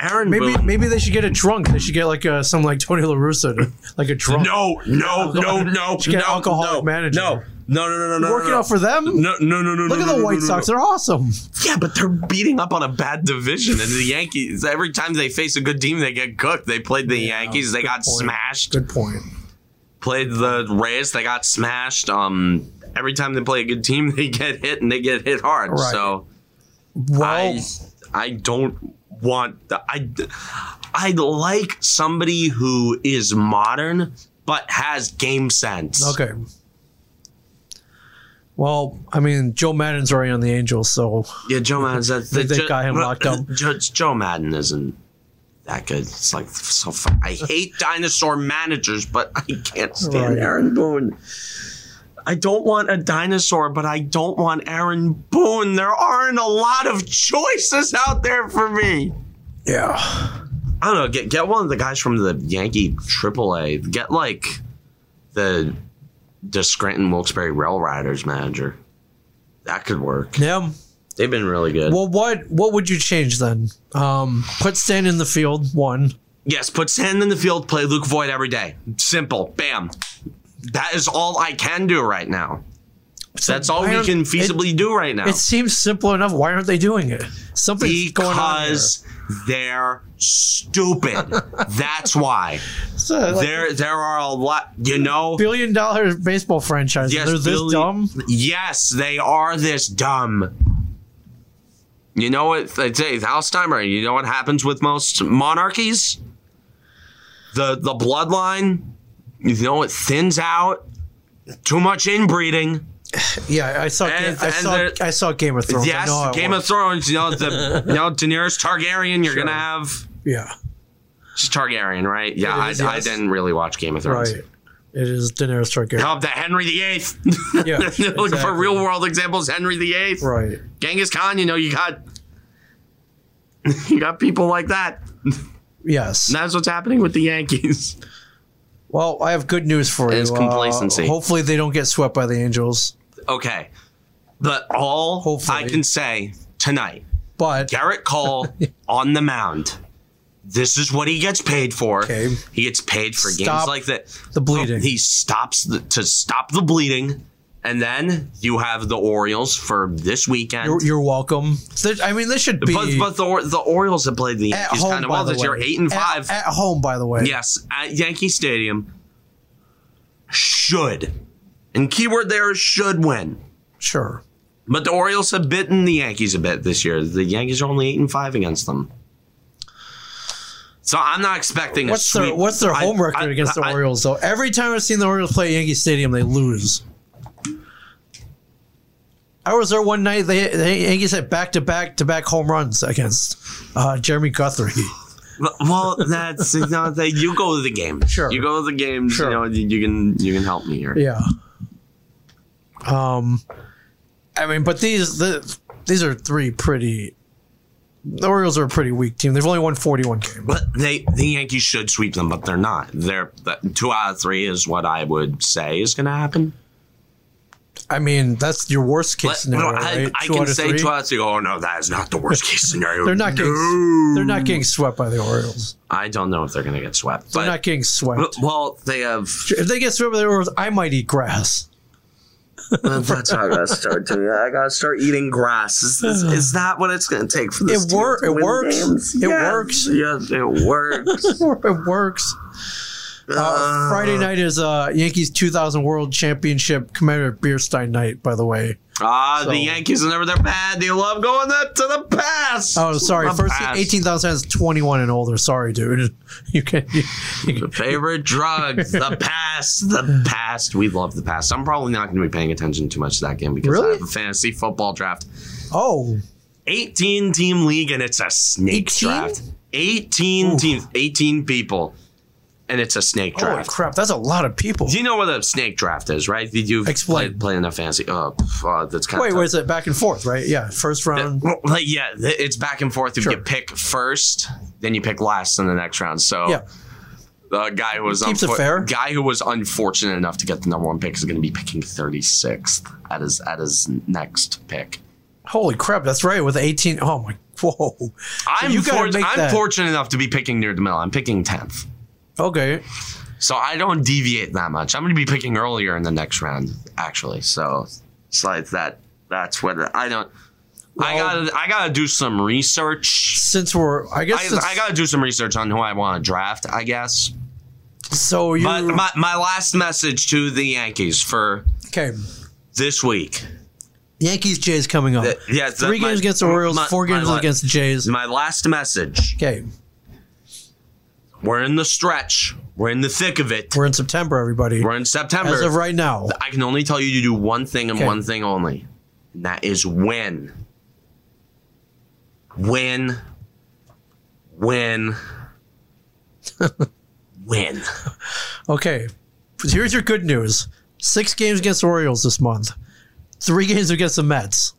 Speaker 1: Aaron
Speaker 2: Maybe
Speaker 1: Boone.
Speaker 2: maybe they should get it drunk. They should get like a, some like Tony La Russa, to- like a drunk.
Speaker 1: No, no, no, no, no,
Speaker 2: Should get an
Speaker 1: no,
Speaker 2: alcoholic
Speaker 1: no,
Speaker 2: manager.
Speaker 1: No, no, no, no, no, no,
Speaker 2: working
Speaker 1: no.
Speaker 2: out for them.
Speaker 1: No, no, no, no.
Speaker 2: Look
Speaker 1: no,
Speaker 2: at
Speaker 1: no,
Speaker 2: the
Speaker 1: no,
Speaker 2: White
Speaker 1: no, no.
Speaker 2: Sox; they're awesome.
Speaker 1: Yeah, but they're beating up on a bad division, and the Yankees. Every time they face a good team, they get cooked. They played the Yankees, they
Speaker 2: good
Speaker 1: got
Speaker 2: point.
Speaker 1: smashed.
Speaker 2: Good point.
Speaker 1: Played the Rays, they got smashed. Um, every time they play a good team, they get hit and they get hit hard.
Speaker 2: Right.
Speaker 1: So
Speaker 2: Oh. Well,
Speaker 1: I, I don't want the I. I like somebody who is modern but has game sense.
Speaker 2: okay. Well, I mean, Joe Madden's already on the Angels, so
Speaker 1: Yeah, Joe Madden's that
Speaker 2: They- they got him locked up.
Speaker 1: Joe, Joe Madden isn't that good. It's like so. fu- I hate dinosaur managers, but I can't stand
Speaker 2: Right.
Speaker 1: Aaron Boone. I don't want a dinosaur, but I don't want Aaron Boone. There aren't a lot of choices out there for me.
Speaker 2: yeah.
Speaker 1: I don't know. Get get one of the guys from the Yankee AAA. Get like the the Scranton Wilkes-Barre Rail Riders manager. That could work.
Speaker 2: Yeah.
Speaker 1: They've been really good.
Speaker 2: Well, what what would you change then? Um, put Stan in the field. One.
Speaker 1: Yes, put sand in the field, play Luke Void every day. Simple. Bam. That is all I can do right now. That's all we
Speaker 2: why aren't-
Speaker 1: can
Speaker 2: it-
Speaker 1: feasibly do right now.
Speaker 2: It seems simple enough. Why aren't they doing it? Something's going on. here.
Speaker 1: Because they're stupid. That's why.
Speaker 2: It's a, like,
Speaker 1: there there are a lot you know
Speaker 2: billion dollar baseball franchise.
Speaker 1: Yes,
Speaker 2: They're this
Speaker 1: Billy-
Speaker 2: dumb.
Speaker 1: Yes, they are this dumb. You know what they say, Alzheimer. You know what happens with most monarchies? The the bloodline. You know it thins out. Too much inbreeding.
Speaker 2: Yeah, I saw.
Speaker 1: And-
Speaker 2: Ga- I
Speaker 1: and
Speaker 2: saw.
Speaker 1: they're-
Speaker 2: I saw Game of Thrones. I
Speaker 1: Yes,
Speaker 2: know how it
Speaker 1: Game of
Speaker 2: works.
Speaker 1: Thrones. You know the you know Daenerys Targaryen. You're
Speaker 2: Sure.
Speaker 1: gonna have
Speaker 2: Yeah,
Speaker 1: she's Targaryen, right? Yeah,
Speaker 2: It is,
Speaker 1: I, I
Speaker 2: yes.
Speaker 1: didn't really watch Game of Thrones.
Speaker 2: right. It is Daenerys Targaryen.
Speaker 1: Help the Henry VIII.
Speaker 2: Yeah,
Speaker 1: Looking for
Speaker 2: exactly.
Speaker 1: real world examples. Henry VIII.
Speaker 2: Right.
Speaker 1: Genghis Khan, you know, you got you got people like that.
Speaker 2: Yes.
Speaker 1: And that's what's happening with the Yankees.
Speaker 2: well, I have good news for you.
Speaker 1: It's
Speaker 2: Uh,
Speaker 1: complacency.
Speaker 2: hopefully, they don't get swept by the Angels.
Speaker 1: Okay. But all
Speaker 2: Hopefully.
Speaker 1: I can say tonight,
Speaker 2: But
Speaker 1: Garrett Cole on the mound. This is what he gets paid for.
Speaker 2: Okay.
Speaker 1: He gets paid for games
Speaker 2: Stop
Speaker 1: like that.
Speaker 2: the bleeding.
Speaker 1: He stops the, to stop the bleeding. And then you have the Orioles for this weekend.
Speaker 2: you're, you're welcome. Th- I mean, this should be
Speaker 1: but but the, Or- the Orioles have played the
Speaker 2: at
Speaker 1: Yankees
Speaker 2: home.
Speaker 1: kind of
Speaker 2: by
Speaker 1: well
Speaker 2: the
Speaker 1: this year,
Speaker 2: way.
Speaker 1: eight and
Speaker 2: At-
Speaker 1: five.
Speaker 2: at, home. By the way.
Speaker 1: Yes, at Yankee Stadium should. And keyword there is should win.
Speaker 2: Sure.
Speaker 1: But the Orioles have bitten the Yankees a bit this year. The Yankees are only eight and five against them. So I'm not expecting a
Speaker 2: What's
Speaker 1: sweep.
Speaker 2: their What's their
Speaker 1: I-
Speaker 2: home record
Speaker 1: I-
Speaker 2: against the
Speaker 1: I-
Speaker 2: Orioles? Though every time I've seen the Orioles play at Yankee Stadium, they lose. I was there one night. They the Yankees had back to back to back home runs against uh, Jeremy Guthrie.
Speaker 1: Well, that's you know, that you go to the game.
Speaker 2: Sure.
Speaker 1: you go to the game.
Speaker 2: Sure.
Speaker 1: You know, you, you can you can help me here.
Speaker 2: Yeah. Um, I mean, but these the these are three pretty. The Orioles are a pretty weak team. They've only won forty one games.
Speaker 1: But they the Yankees should sweep them, but they're not. They're that- two out of three is what I would say is going to happen.
Speaker 2: I mean, that's your worst case
Speaker 1: But,
Speaker 2: scenario.
Speaker 1: no, I,
Speaker 2: right?
Speaker 1: I
Speaker 2: Two
Speaker 1: can
Speaker 2: out of
Speaker 1: say
Speaker 2: three?
Speaker 1: two out of three. Oh no, that is not the worst case scenario.
Speaker 2: They're not getting
Speaker 1: No.
Speaker 2: they're not getting swept by the Orioles.
Speaker 1: I don't know if they're going to get swept.
Speaker 2: They're
Speaker 1: But
Speaker 2: not getting swept.
Speaker 1: well, they have.
Speaker 2: If they get swept by the Orioles, I might eat grass.
Speaker 1: That's how I got to start doing. I got to start eating grass. Is, is, is that what it's going to take for this?
Speaker 2: It
Speaker 1: team
Speaker 2: wor-
Speaker 1: to
Speaker 2: it
Speaker 1: win
Speaker 2: works.
Speaker 1: games?
Speaker 2: It
Speaker 1: Yes,
Speaker 2: works.
Speaker 1: Yes, it works.
Speaker 2: it works. Uh, Friday night is uh, Yankees 2000 World Championship Commander Bierstein night. By the way,
Speaker 1: Ah,
Speaker 2: So-
Speaker 1: the Yankees are never that bad. They love going up to the pass.
Speaker 2: oh sorry,
Speaker 1: The
Speaker 2: first
Speaker 1: pass.
Speaker 2: 18,000 is 21 and older. Sorry, dude. You can you, you-
Speaker 1: Favorite drug, the past, the past. We love the past. I'm probably not going to be paying attention too much to that game because I
Speaker 2: Really?
Speaker 1: have a fantasy football draft.
Speaker 2: oh
Speaker 1: 18 team league and it's a snake
Speaker 2: 18?
Speaker 1: draft. 18 teams, 18 people, and it's a snake
Speaker 2: holy
Speaker 1: draft.
Speaker 2: crap, that's a lot of people.
Speaker 1: Do you know what a snake draft is, right? Did you
Speaker 2: Explain.
Speaker 1: play, play enough fantasy? Oh, pff, uh, that's kind
Speaker 2: Wait,
Speaker 1: of
Speaker 2: where is it back and forth? Right? Yeah, first round.
Speaker 1: Well, like, yeah, th- it's back and forth. If
Speaker 2: Sure.
Speaker 1: you pick first, then you pick last in the next round. So
Speaker 2: Yeah.
Speaker 1: the guy who was
Speaker 2: Keeps it fair.
Speaker 1: guy who was unfortunate enough to get the number one pick is going to be picking 36th at his at his next pick.
Speaker 2: Holy crap, that's right. With 18. Oh my, whoa. So
Speaker 1: I'm,
Speaker 2: you gotta
Speaker 1: for,
Speaker 2: make
Speaker 1: I'm
Speaker 2: that.
Speaker 1: fortunate enough to be picking near the middle. I'm picking 10th.
Speaker 2: Okay.
Speaker 1: So I don't deviate that much. I'm going to be picking earlier in the next round, actually. So it's like that. That's what I don't. I
Speaker 2: Well-
Speaker 1: gotta. I gotta do some research.
Speaker 2: Since we're, I guess,
Speaker 1: I,
Speaker 2: since-
Speaker 1: I gotta do some research on who I want to draft. I guess.
Speaker 2: so you,
Speaker 1: But my, my last message to the Yankees for
Speaker 2: okay.
Speaker 1: this week.
Speaker 2: Yankees, Jays coming up.
Speaker 1: Th- yeah, that-
Speaker 2: Three
Speaker 1: my-
Speaker 2: games against the Orioles,
Speaker 1: my-
Speaker 2: four
Speaker 1: my
Speaker 2: games
Speaker 1: la-
Speaker 2: against the Jays.
Speaker 1: My last message.
Speaker 2: Okay.
Speaker 1: We're in the stretch. We're in the thick of it.
Speaker 2: We're in September, everybody.
Speaker 1: We're in September.
Speaker 2: As of right now.
Speaker 1: I can only tell you to do one thing and
Speaker 2: Okay.
Speaker 1: one thing only, and that is win. Win. Win. win.
Speaker 2: Okay. Here's your good news. Six games against the Orioles this month. Three games against the Mets.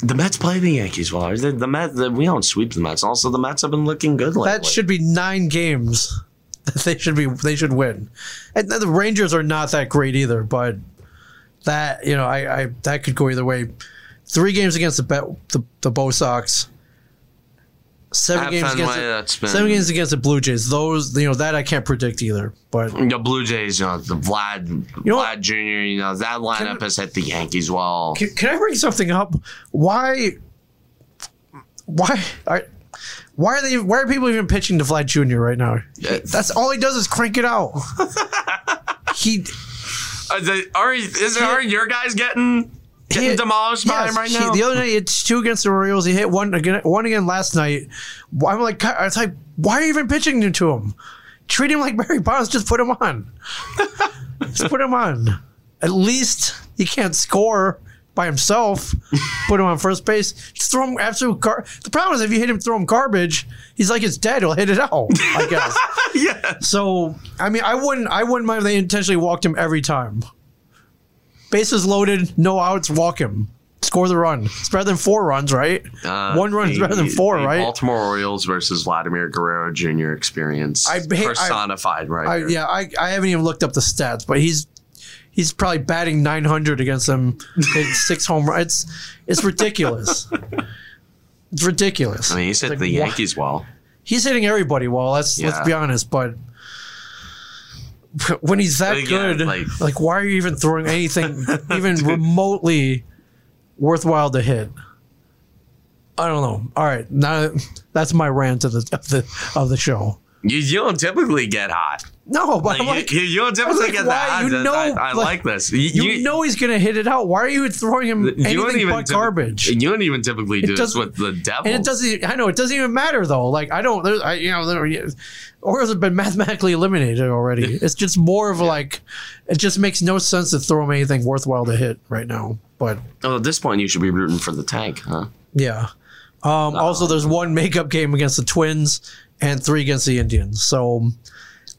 Speaker 1: The Mets play the Yankees well. The, the Mets. The, we don't sweep the Mets. Also, the Mets have been looking good lately.
Speaker 2: That should be nine games. that They should be they should win. And the Rangers are not that great either, but that you know, I, I that could go either way. Three games against the Bet the, the Bo Sox. Seven
Speaker 1: Have
Speaker 2: games
Speaker 1: fun
Speaker 2: against
Speaker 1: while
Speaker 2: the,
Speaker 1: that's been-
Speaker 2: seven games against the Blue Jays. Those you know that I can't predict either. But
Speaker 1: The Blue Jays, you know, the Vlad,
Speaker 2: know what?
Speaker 1: Vlad Jr., you know, that lineup has hit the Yankees well.
Speaker 2: Can, can I bring something up? Why? Why? Are, why are they? Why are people even pitching to Vlad Jr. right now?
Speaker 1: Yeah.
Speaker 2: That's all he does is crank it out. he
Speaker 1: Are they, are, is there, are your guys getting getting
Speaker 2: He-
Speaker 1: demolished by
Speaker 2: yes,
Speaker 1: him right
Speaker 2: he-
Speaker 1: now?
Speaker 2: the other night he had two against the Orioles. He hit one again, one again last night. Why- I'm like, I was like, why are you even pitching to him? Treat him like Barry Bonds. Just put him on. just put him on. At least he can't score by himself. put him on first base. Just throw him absolute. Gar- the problem is if you hit him, throw him garbage. He's like it's dead. He'll hit it out. I guess.
Speaker 1: yeah.
Speaker 2: So I mean, I wouldn't. I wouldn't mind if they intentionally walked him every time. Bases loaded, no outs. Walk him. Score the run. It's better than four runs, right?
Speaker 1: Uh,
Speaker 2: One run is
Speaker 1: the-
Speaker 2: better than four,
Speaker 1: the
Speaker 2: right?
Speaker 1: Baltimore Orioles versus Vladimir Guerrero Jr. experience
Speaker 2: I ba- I-
Speaker 1: personified right
Speaker 2: I,
Speaker 1: here.
Speaker 2: yeah, I, I haven't even looked up the stats, but he's he's probably batting 900 against them. Hitting six home runs. It's it's ridiculous. it's ridiculous.
Speaker 1: I mean, he's hit
Speaker 2: Like,
Speaker 1: the
Speaker 2: wha-
Speaker 1: Yankees well.
Speaker 2: He's hitting everybody well. Let's
Speaker 1: Yeah.
Speaker 2: let's be honest, but. When he's that
Speaker 1: Again,
Speaker 2: good,
Speaker 1: like-
Speaker 2: like, why are you even throwing anything even remotely worthwhile to hit? I don't know. All right, now that's my rant of the of the of the show.
Speaker 1: You, you don't typically get hot.
Speaker 2: No, but I'm
Speaker 1: Like,
Speaker 2: like,
Speaker 1: you,
Speaker 2: you,
Speaker 1: you don't typically
Speaker 2: like,
Speaker 1: get
Speaker 2: why?
Speaker 1: that hot.
Speaker 2: You
Speaker 1: I-
Speaker 2: know,
Speaker 1: I, I
Speaker 2: like,
Speaker 1: like, this. You, you-
Speaker 2: know he's gonna hit it out. Why are you throwing him
Speaker 1: you don't
Speaker 2: anything but
Speaker 1: typ-
Speaker 2: garbage?
Speaker 1: You don't even typically do this
Speaker 2: doesn't-
Speaker 1: with the Devils.
Speaker 2: And it doesn't. e, I know it doesn't even matter though. Like I don't. there's- I, you know, there- Orioles have been mathematically eliminated already. It's just more of like, it just makes no sense to throw him anything worthwhile to hit right now. But
Speaker 1: Oh, at this point, you should be rooting for the tank, huh?
Speaker 2: yeah. Um, Also, there's one makeup game against the Twins and three against the Indians. So,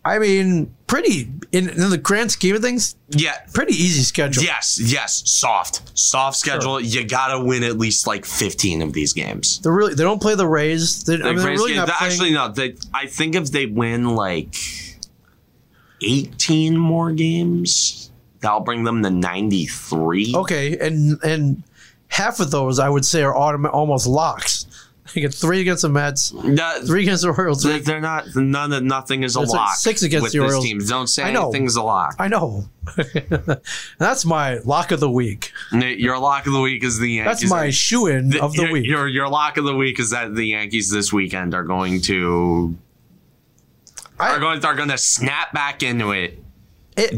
Speaker 2: I mean, pretty in, in the grand scheme of things,
Speaker 1: Yeah.
Speaker 2: pretty easy schedule.
Speaker 1: Yes, yes, soft, soft schedule. You gotta win at least like fifteen of these games.
Speaker 2: They're really they don't play the Rays. They, I mean,
Speaker 1: Like,
Speaker 2: they're
Speaker 1: Rays
Speaker 2: really
Speaker 1: games-
Speaker 2: not playing.
Speaker 1: actually, no. They, I think if they win like 18 more games, that'll bring them to 93.
Speaker 2: Okay, and and half of those I would say are autom- almost locks. You get three against the Mets,
Speaker 1: That-
Speaker 2: three against the Orioles.
Speaker 1: they- they're not, none of nothing is a
Speaker 2: It's like
Speaker 1: lock.
Speaker 2: six against
Speaker 1: with
Speaker 2: the
Speaker 1: this
Speaker 2: Orioles.
Speaker 1: Team. Don't say
Speaker 2: I know.
Speaker 1: anything's a lock.
Speaker 2: I know. That's my lock of the week.
Speaker 1: Your lock of the week is the Yankees.
Speaker 2: That's my shoe in of the
Speaker 1: your,
Speaker 2: week.
Speaker 1: Your, your lock of the week is that the Yankees this weekend are going to.
Speaker 2: I-
Speaker 1: are going are going to snap back into it
Speaker 2: It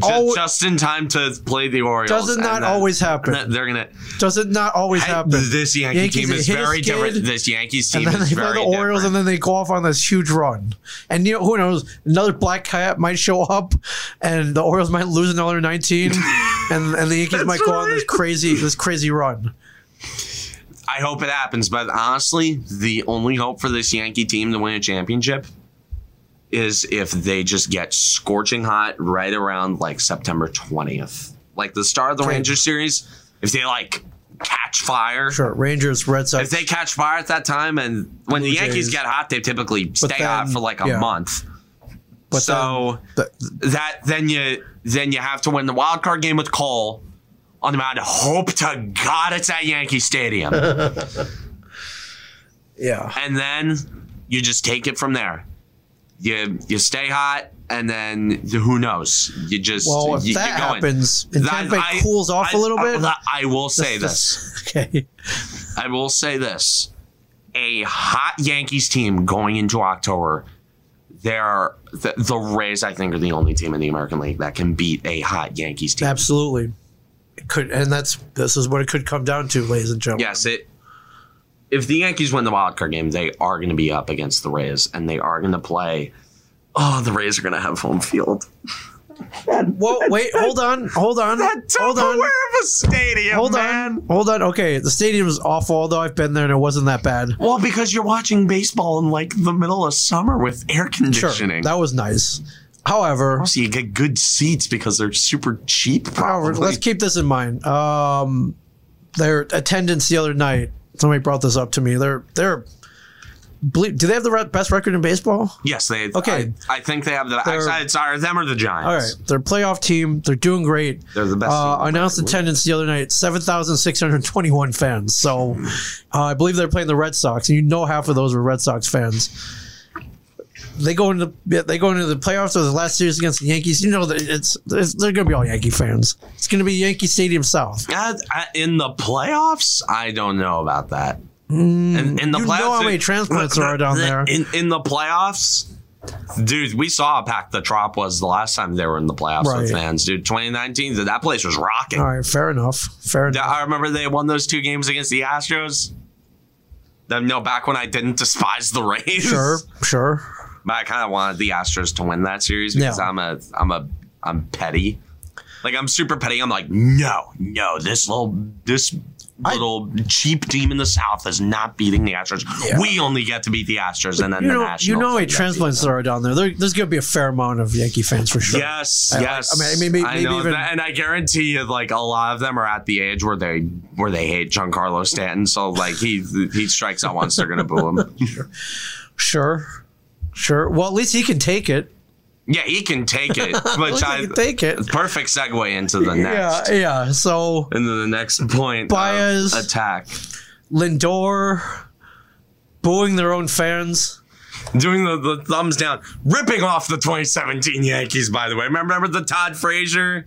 Speaker 1: ju-
Speaker 2: al-
Speaker 1: just in time to play the Orioles.
Speaker 2: does it
Speaker 1: and
Speaker 2: not
Speaker 1: then-
Speaker 2: always happen.
Speaker 1: and then They're gonna.
Speaker 2: does it not always
Speaker 1: I-
Speaker 2: happen?
Speaker 1: This Yankee
Speaker 2: Yankees
Speaker 1: team is
Speaker 2: hit a
Speaker 1: very
Speaker 2: skid,
Speaker 1: different. This Yankees team
Speaker 2: and then
Speaker 1: is
Speaker 2: they play
Speaker 1: very
Speaker 2: the Orioles,
Speaker 1: different.
Speaker 2: and then they go off on this huge run. And you know who knows? Another black cat might show up, and the Orioles might lose another nineteen, and and the Yankees might go on this
Speaker 1: right.
Speaker 2: crazy this crazy run.
Speaker 1: I hope it happens, but honestly, the only hope for this Yankee team to win a championship is if they just get scorching hot right around like September 20th, like the start of the
Speaker 2: Okay.
Speaker 1: Rangers series. If they like catch fire,
Speaker 2: Sure, Rangers, Red Sox.
Speaker 1: if they catch fire at that time, and when the
Speaker 2: Blue
Speaker 1: Yankees
Speaker 2: Jays.
Speaker 1: get hot, they typically stay hot
Speaker 2: then-
Speaker 1: for like a
Speaker 2: yeah.
Speaker 1: month.
Speaker 2: But
Speaker 1: so
Speaker 2: the-
Speaker 1: that then you then you have to win the wild card game with Cole on the mound. Hope to God it's at Yankee Stadium.
Speaker 2: Yeah.
Speaker 1: and then you just take it from there. You you stay hot, and then who knows? You just
Speaker 2: Well, if
Speaker 1: you,
Speaker 2: that
Speaker 1: you go in.
Speaker 2: happens and
Speaker 1: That-
Speaker 2: Tampa
Speaker 1: I-
Speaker 2: cools off a
Speaker 1: I-
Speaker 2: little bit,
Speaker 1: I, I will say this.
Speaker 2: okay.
Speaker 1: I will say this: a hot Yankees team going into October, they're the, the Rays. I think are the only team in the American League that can beat a hot Yankees team.
Speaker 2: Absolutely. It could and that's this is what it could come down to, ladies and gentlemen.
Speaker 1: Yes, it. If the Yankees win the wild card game, they are going to be up against the Rays, and they are going to play. Oh, the Rays are going to have home field.
Speaker 2: Whoa, wait, hold on, hold on, hold on,
Speaker 1: of a stadium,
Speaker 2: hold on, hold on. Okay, the stadium is awful, although I've been there and it wasn't that bad.
Speaker 1: Well, because you're watching baseball in like the middle of summer with air
Speaker 2: Sure,
Speaker 1: conditioning.
Speaker 2: that was nice. However,
Speaker 1: So you get good seats because they're super cheap.
Speaker 2: however,
Speaker 1: Probably.
Speaker 2: let's keep this in mind. Um, their attendance the other night, somebody brought this up to me. They're they're. ble- Do they have the re- best record in baseball?
Speaker 1: yes, they.
Speaker 2: Okay.
Speaker 1: I, I think they have the.
Speaker 2: They're-
Speaker 1: Actually, it's either them or the Giants.
Speaker 2: All right, they're a playoff team. They're doing great.
Speaker 1: They're the best.
Speaker 2: Uh,
Speaker 1: team.
Speaker 2: announced attendance the other night: seven thousand six hundred twenty-one fans. So, uh, I believe they're playing the Red Sox, and you know half of those were Red Sox fans. They go into yeah, they go into the playoffs or the last series against the Yankees. You know that it's, it's they're going to be all Yankee fans. It's going to be Yankee Stadium South.
Speaker 1: Uh, uh, in the playoffs, I don't know about that. in, in the
Speaker 2: Mm, you know
Speaker 1: playoffs,
Speaker 2: how many
Speaker 1: it-
Speaker 2: transplants there are down there.
Speaker 1: In in the playoffs, dude, we saw how packed the Trop was the last time they were in the playoffs with
Speaker 2: Right.
Speaker 1: fans, dude. 2019, dude, that place was rocking.
Speaker 2: All right, fair enough. Fair enough.
Speaker 1: I remember they won those two games against the Astros. Then no, back when I didn't despise the Rays,
Speaker 2: Sure, sure.
Speaker 1: but I kind of wanted the Astros to win that series because
Speaker 2: Yeah.
Speaker 1: I'm a I'm a I'm petty. Like I'm super petty. I'm like, no, no, this little this little cheap team in the South is not beating the Astros.
Speaker 2: Yeah.
Speaker 1: We only get to beat the Astros and then
Speaker 2: You
Speaker 1: the
Speaker 2: know,
Speaker 1: Nationals.
Speaker 2: you know, how many
Speaker 1: get beat.
Speaker 2: transplants there are down there. there there's going to be a fair amount of Yankee fans for sure.
Speaker 1: Yes,
Speaker 2: I-
Speaker 1: yes.
Speaker 2: I mean, I mean, may-
Speaker 1: I
Speaker 2: maybe
Speaker 1: know
Speaker 2: even-
Speaker 1: that, and I guarantee you, like a lot of them are at the age where they where they hate Giancarlo Stanton. So like he he strikes out once, they're gonna boo him.
Speaker 2: Sure, sure. Well, at least he can take it.
Speaker 1: Yeah, he can take it,
Speaker 2: At
Speaker 1: which
Speaker 2: least
Speaker 1: I
Speaker 2: he can take it.
Speaker 1: perfect segue into the
Speaker 2: Yeah,
Speaker 1: next
Speaker 2: yeah. So
Speaker 1: into the next point. of
Speaker 2: Baez.
Speaker 1: attack
Speaker 2: Lindor booing their own fans.
Speaker 1: doing the, the thumbs down, ripping off the 2017 Yankees. By the way, remember, remember the Todd Frazier.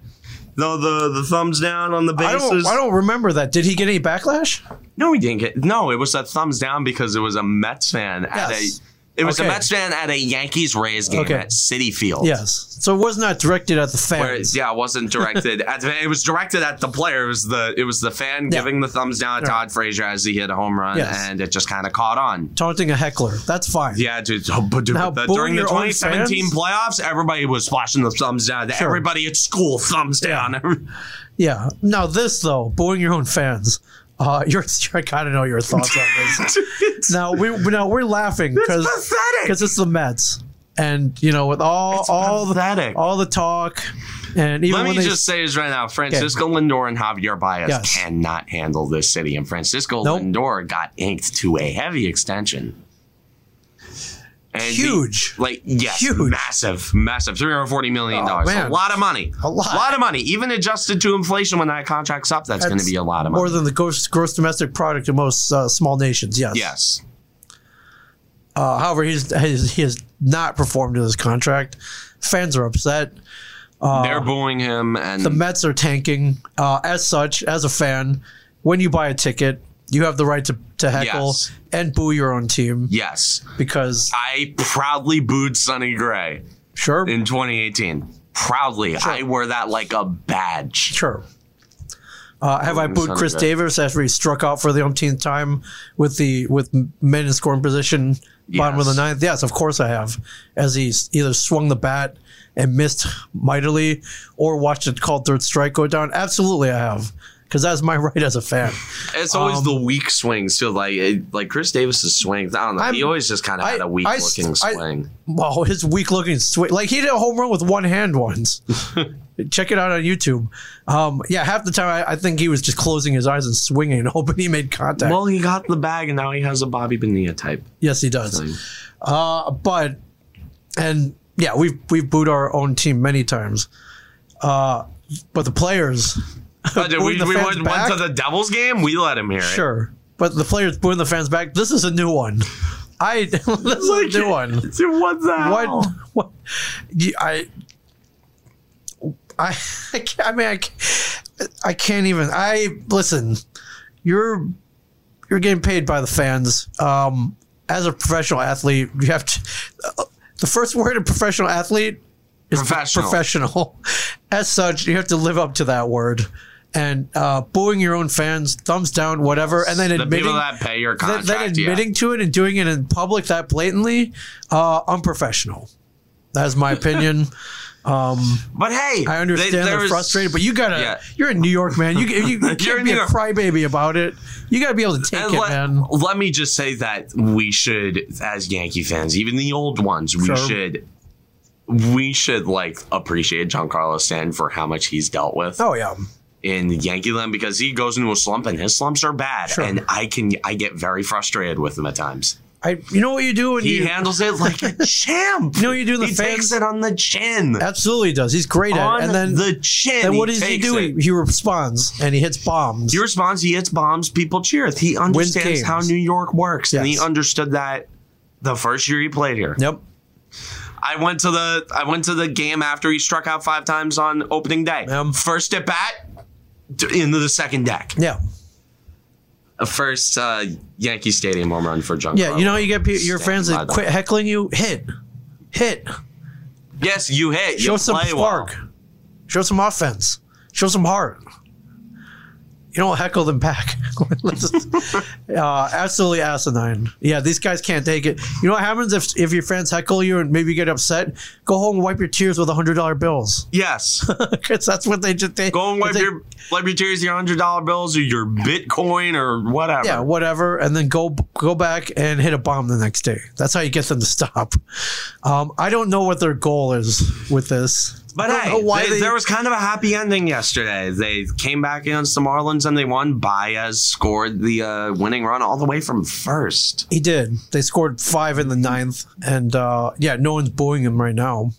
Speaker 1: No, the, the thumbs down on the
Speaker 2: I
Speaker 1: bases.
Speaker 2: don't. I don't remember that. Did he get any backlash?
Speaker 1: No, he didn't get. No, it was a thumbs down because it was a Mets fan at
Speaker 2: Yes.
Speaker 1: a. It was a
Speaker 2: Okay.
Speaker 1: Mets fan at a Yankees Rays game
Speaker 2: Okay.
Speaker 1: at City Field.
Speaker 2: Yes. So it was not directed at the
Speaker 1: Where,
Speaker 2: fans.
Speaker 1: yeah, it wasn't directed. at, the- it was directed at the player. It was the it was the fan giving the thumbs down at
Speaker 2: Yeah.
Speaker 1: Todd Frazier as he hit a home run,
Speaker 2: Yes.
Speaker 1: and it just kind of caught on.
Speaker 2: Taunting a heckler. That's fine.
Speaker 1: Yeah, dude. so- but dude,
Speaker 2: Now,
Speaker 1: but
Speaker 2: boo
Speaker 1: during the
Speaker 2: your own
Speaker 1: 2017
Speaker 2: fans?
Speaker 1: playoffs, everybody was flashing the thumbs down.
Speaker 2: Sure.
Speaker 1: Everybody at school thumbs down.
Speaker 2: Yeah. Now this though, booing your own fans. Uh, your, I kind of know your thoughts on this.
Speaker 1: it's
Speaker 2: now we now we're laughing because
Speaker 1: pathetic.
Speaker 2: because it's the Mets, and you know with all all
Speaker 1: pathetic.
Speaker 2: the all the talk, and even
Speaker 1: Let
Speaker 2: when
Speaker 1: me
Speaker 2: they
Speaker 1: just say this right now. Francisco Lindor and Javier Baez
Speaker 2: Yes.
Speaker 1: cannot handle this city. And Francisco
Speaker 2: Nope.
Speaker 1: Lindor got inked to a heavy extension. And the-
Speaker 2: Huge.
Speaker 1: like, yes.
Speaker 2: Huge.
Speaker 1: Massive. Massive. $340 million.
Speaker 2: Oh,
Speaker 1: a
Speaker 2: man.
Speaker 1: lot of money.
Speaker 2: A lot.
Speaker 1: of money. Even adjusted to inflation when that contract's up, that's, going to
Speaker 2: That's
Speaker 1: be a lot of money.
Speaker 2: more than the gross, gross domestic product of most uh, small nations. Yes.
Speaker 1: yes.
Speaker 2: Uh, however, he's, he's he has not performed to his contract. Fans are upset.
Speaker 1: They're booing him. And
Speaker 2: The Mets are tanking. Uh, as such, as a fan, when you buy a ticket, you have the right to, to heckle
Speaker 1: Yes.
Speaker 2: and boo your own team
Speaker 1: yes,
Speaker 2: because
Speaker 1: I proudly booed Sonny Gray
Speaker 2: sure,
Speaker 1: in 2018. Proudly. I wore that like a badge.
Speaker 2: sure. Uh, have I
Speaker 1: Booing
Speaker 2: booed
Speaker 1: Sonny
Speaker 2: Chris
Speaker 1: Gray.
Speaker 2: Davis after he struck out for the umpteenth time with the with men in scoring position, bottom of the
Speaker 1: Yes.
Speaker 2: ninth? Yes, of course I have. As he s- either swung the bat and missed mightily, or watched it called third strike go down. Absolutely, I have, because that's my right as a fan.
Speaker 1: It's always
Speaker 2: Um,
Speaker 1: the weak swings too. Like it, like Chris Davis's swings. I don't know. he
Speaker 2: I'm-
Speaker 1: always just kind of
Speaker 2: I-
Speaker 1: had a weak
Speaker 2: I s-
Speaker 1: looking
Speaker 2: I-
Speaker 1: swing.
Speaker 2: Wow, his weak looking swing. Like he did a home run with one hand once. Check it out on YouTube. Um, yeah, half the time I, I think he was just closing his eyes and swinging, hoping he made contact.
Speaker 1: well, he got the bag, and now he has a Bobby Bonilla type.
Speaker 2: yes, he does.
Speaker 1: thing.
Speaker 2: Uh, but and yeah, we've we've booed our own team many times. Uh, but the players
Speaker 1: But we,
Speaker 2: the
Speaker 1: we
Speaker 2: fans
Speaker 1: went,
Speaker 2: back?
Speaker 1: went to the Devils game. We let him hear it.
Speaker 2: Sure. But the players booing the fans back. This is a new one. I this is a new one.
Speaker 1: Dude, what the hell?
Speaker 2: What? What? you- I. I. I, can't, I mean, I. can't- I can't even. I listen. You're. You're getting paid by the fans. Um, as a professional athlete, you have to. uh, the first word in professional athlete is
Speaker 1: Professional.
Speaker 2: professional. As such, you have to live up to that word. And uh, booing your own fans, thumbs down, whatever, and then
Speaker 1: The
Speaker 2: admitting
Speaker 1: people that pay your
Speaker 2: then,
Speaker 1: contract.
Speaker 2: then admitting to it and doing it in public that blatantly, uh, unprofessional. That's my opinion.
Speaker 1: yeah. But hey,
Speaker 2: I understand
Speaker 1: they,
Speaker 2: they,
Speaker 1: there
Speaker 2: are
Speaker 1: was-
Speaker 2: frustrated, but you gotta.
Speaker 1: Yeah.
Speaker 2: You're in New York, man. You, you, you can't
Speaker 1: in
Speaker 2: be
Speaker 1: New
Speaker 2: a
Speaker 1: York.
Speaker 2: crybaby about it. You gotta be able to take
Speaker 1: And
Speaker 2: it,
Speaker 1: let,
Speaker 2: man.
Speaker 1: let me just say that we should, as Yankee fans, even the old ones, we
Speaker 2: Sure.
Speaker 1: should, we should like appreciate Giancarlo Stanton for how much he's dealt with
Speaker 2: Oh yeah,
Speaker 1: in Yankee land because he goes into a slump and his slumps are bad,
Speaker 2: Sure.
Speaker 1: and I can I get very frustrated with him at times.
Speaker 2: I. You know what you do when
Speaker 1: He
Speaker 2: you
Speaker 1: handles it like a champ.
Speaker 2: You know what you do in the
Speaker 1: he
Speaker 2: fans-
Speaker 1: takes it on the chin.
Speaker 2: absolutely does. He's great at
Speaker 1: on
Speaker 2: it. And then
Speaker 1: the chin.
Speaker 2: then what does he
Speaker 1: takes
Speaker 2: do?
Speaker 1: it.
Speaker 2: He, he responds and he hits bombs.
Speaker 1: He responds. He hits bombs. People cheer. He
Speaker 2: games.
Speaker 1: understands how New York works, and he
Speaker 2: Yes.
Speaker 1: understood that the first year he played here.
Speaker 2: yep.
Speaker 1: I went to the I went to the game after he struck out five times on opening day.
Speaker 2: Um,
Speaker 1: first at bat d- into the second deck.
Speaker 2: Yeah.
Speaker 1: A first uh, Yankee Stadium home run for Giancarlo.
Speaker 2: Yeah. You know you get pe- your
Speaker 1: Stand
Speaker 2: fans
Speaker 1: by
Speaker 2: that
Speaker 1: that.
Speaker 2: quit heckling you. Hit. Hit.
Speaker 1: Yes, you hit.
Speaker 2: Show
Speaker 1: you
Speaker 2: some
Speaker 1: play
Speaker 2: spark.
Speaker 1: Well.
Speaker 2: Show some offense. Show some heart. You don't heckle them back. Let's just- uh, absolutely asinine. Yeah, these guys can't take it. You know what happens if if your fans heckle you and maybe you get upset? Go home and wipe your tears with hundred dollar bills.
Speaker 1: Yes,
Speaker 2: 'Cause that's what they just they
Speaker 1: go and wipe
Speaker 2: they-
Speaker 1: your wipe your tears, your hundred dollar bills, or your Bitcoin, or whatever.
Speaker 2: yeah whatever, and then go go back and hit a bomb the next day. That's how you get them to stop. Um, I don't know what their goal is with this.
Speaker 1: But
Speaker 2: I don't
Speaker 1: hey,
Speaker 2: know why
Speaker 1: they-
Speaker 2: they-
Speaker 1: there was kind of a happy ending yesterday. They came back against the Marlins and they won. Baez scored the uh, winning run all the way from first.
Speaker 2: He did. They scored five in the ninth, and uh, yeah, no one's booing him right now.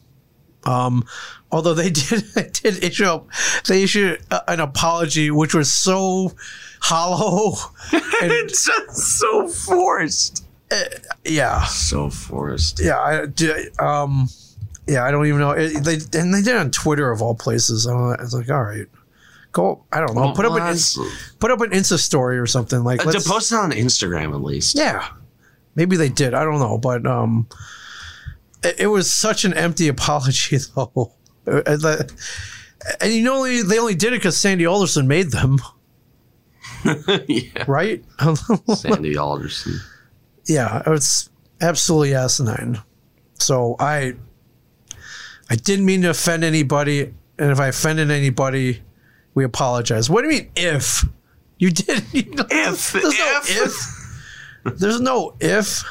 Speaker 2: Um, although they did they did issue a- they issued a, an apology, which was so hollow. And,
Speaker 1: It's just so forced.
Speaker 2: yeah,
Speaker 1: So forced.
Speaker 2: yeah, I, did- um, yeah. I don't even know. It, they and they did it on Twitter of all places. I don't know. it's like, all right, go. I don't know. put up an
Speaker 1: Let's-
Speaker 2: in, put up an Insta story or something like.
Speaker 1: uh, to
Speaker 2: let's-
Speaker 1: post it on Instagram at least.
Speaker 2: Yeah, maybe they did. I don't know, but um, it, it was such an empty apology though. And, the- and you know, only- they only did it because Sandy Alderson made them,
Speaker 1: Yeah.
Speaker 2: right?
Speaker 1: Sandy Alderson.
Speaker 2: yeah, it's absolutely asinine. So I, I didn't mean to offend anybody, and if I offended anybody, we apologize. What do you mean if you did? not
Speaker 1: If
Speaker 2: There's no
Speaker 1: if
Speaker 2: if. There's no if.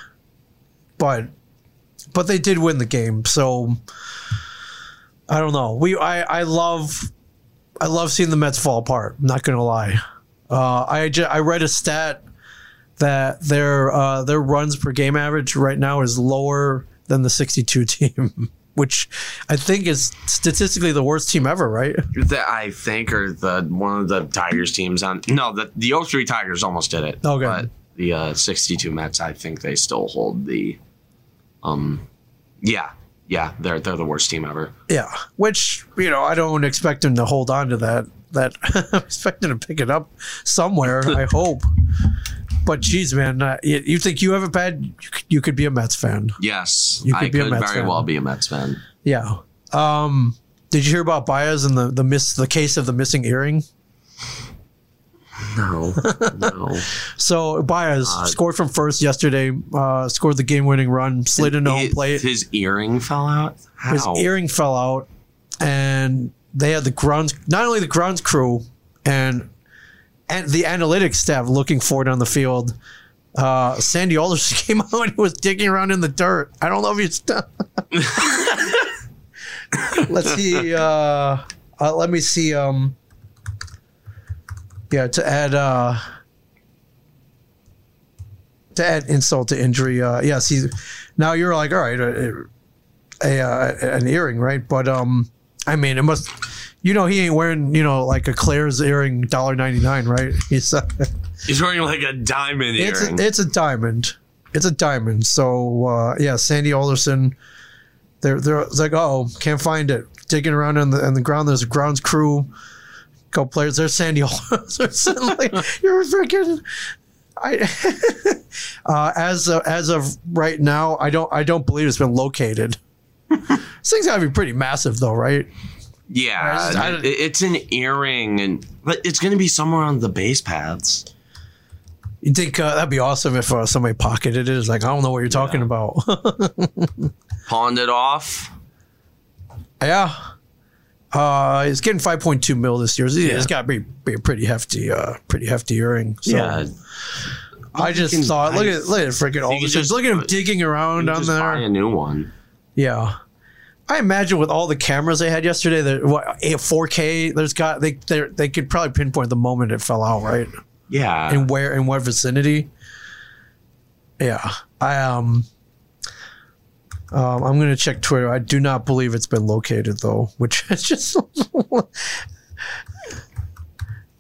Speaker 2: But but they did win the game, so I don't know. We I I love I love seeing the Mets fall apart. I'm not gonna lie. Uh, I ju- I read a stat that their uh, their runs per game average right now is lower than the 62 team, which I think is statistically the worst team ever. Right?
Speaker 1: that I think are the one of the Tigers teams on no the the 03 Tigers almost did it.
Speaker 2: Okay.
Speaker 1: But the uh, 62 Mets I think they still hold the um yeah. Yeah, they're they're the worst team ever.
Speaker 2: Yeah, which you know, I don't expect him to hold on to that. That I expect him to pick it up somewhere. I hope. But geez, man, uh, you, you think you have a bad? You could, you could be a Mets fan.
Speaker 1: Yes,
Speaker 2: You could
Speaker 1: I
Speaker 2: be a
Speaker 1: could
Speaker 2: Mets
Speaker 1: very
Speaker 2: fan.
Speaker 1: well be a Mets fan.
Speaker 2: Yeah. Um. Did you hear about Baez and the the miss the case of the missing earring?
Speaker 1: No, no.
Speaker 2: So Baez scored from first yesterday. Uh, scored the game winning run. Slid into home
Speaker 1: His-
Speaker 2: plate.
Speaker 1: His earring fell out. How?
Speaker 2: his earring fell out and they had the grounds not only the grounds crew and and the analytics staff looking for it on the field uh, Sandy Alderson came out and was digging around in the dirt. I don't know if you. St- Let's see. Uh, uh, let me see. Um, yeah, to add uh, to add insult to injury. Uh, yes, he. Now you're like, all right, uh, a uh, an earring, right? But um, I mean, it must. You know, he ain't wearing you know like a Claire's earring, dollar ninety nine, right? He's uh,
Speaker 1: He's wearing like a diamond
Speaker 2: it's
Speaker 1: earring.
Speaker 2: a, it's a diamond. It's a diamond. So uh, yeah, Sandy Alderson. They're they're it's like oh can't find it. Digging around in the in the ground, there's a grounds crew, couple players. There's Sandy Alderson. like you're freaking. I uh, as of, as of right now, I don't I don't believe it's been located. this thing's gotta be pretty massive though, right?
Speaker 1: yeah,
Speaker 2: I just- I don't-
Speaker 1: it- it's an earring, and but it's gonna be somewhere on the base paths.
Speaker 2: You think uh, that'd be awesome if uh, somebody pocketed it? It's like I don't know what you're talking about.
Speaker 1: Pawned it off.
Speaker 2: Yeah. Uh, he's getting 5.2 mil this year. It's,
Speaker 1: Yeah.
Speaker 2: it's got to be, be a pretty hefty, uh, pretty hefty earring. So
Speaker 1: yeah,
Speaker 2: I just
Speaker 1: You can
Speaker 2: thought, look
Speaker 1: buy-
Speaker 2: at look at freaking all this.
Speaker 1: just-
Speaker 2: Look at him digging around down
Speaker 1: just
Speaker 2: there.
Speaker 1: buy a new one.
Speaker 2: Yeah. I imagine with all the cameras they had yesterday, that what a 4K, there's got they they they could probably pinpoint the moment it fell out, right?
Speaker 1: Yeah,
Speaker 2: and where in what vicinity. Yeah, I um, um, I'm gonna check Twitter. I do not believe it's been located though, which is just.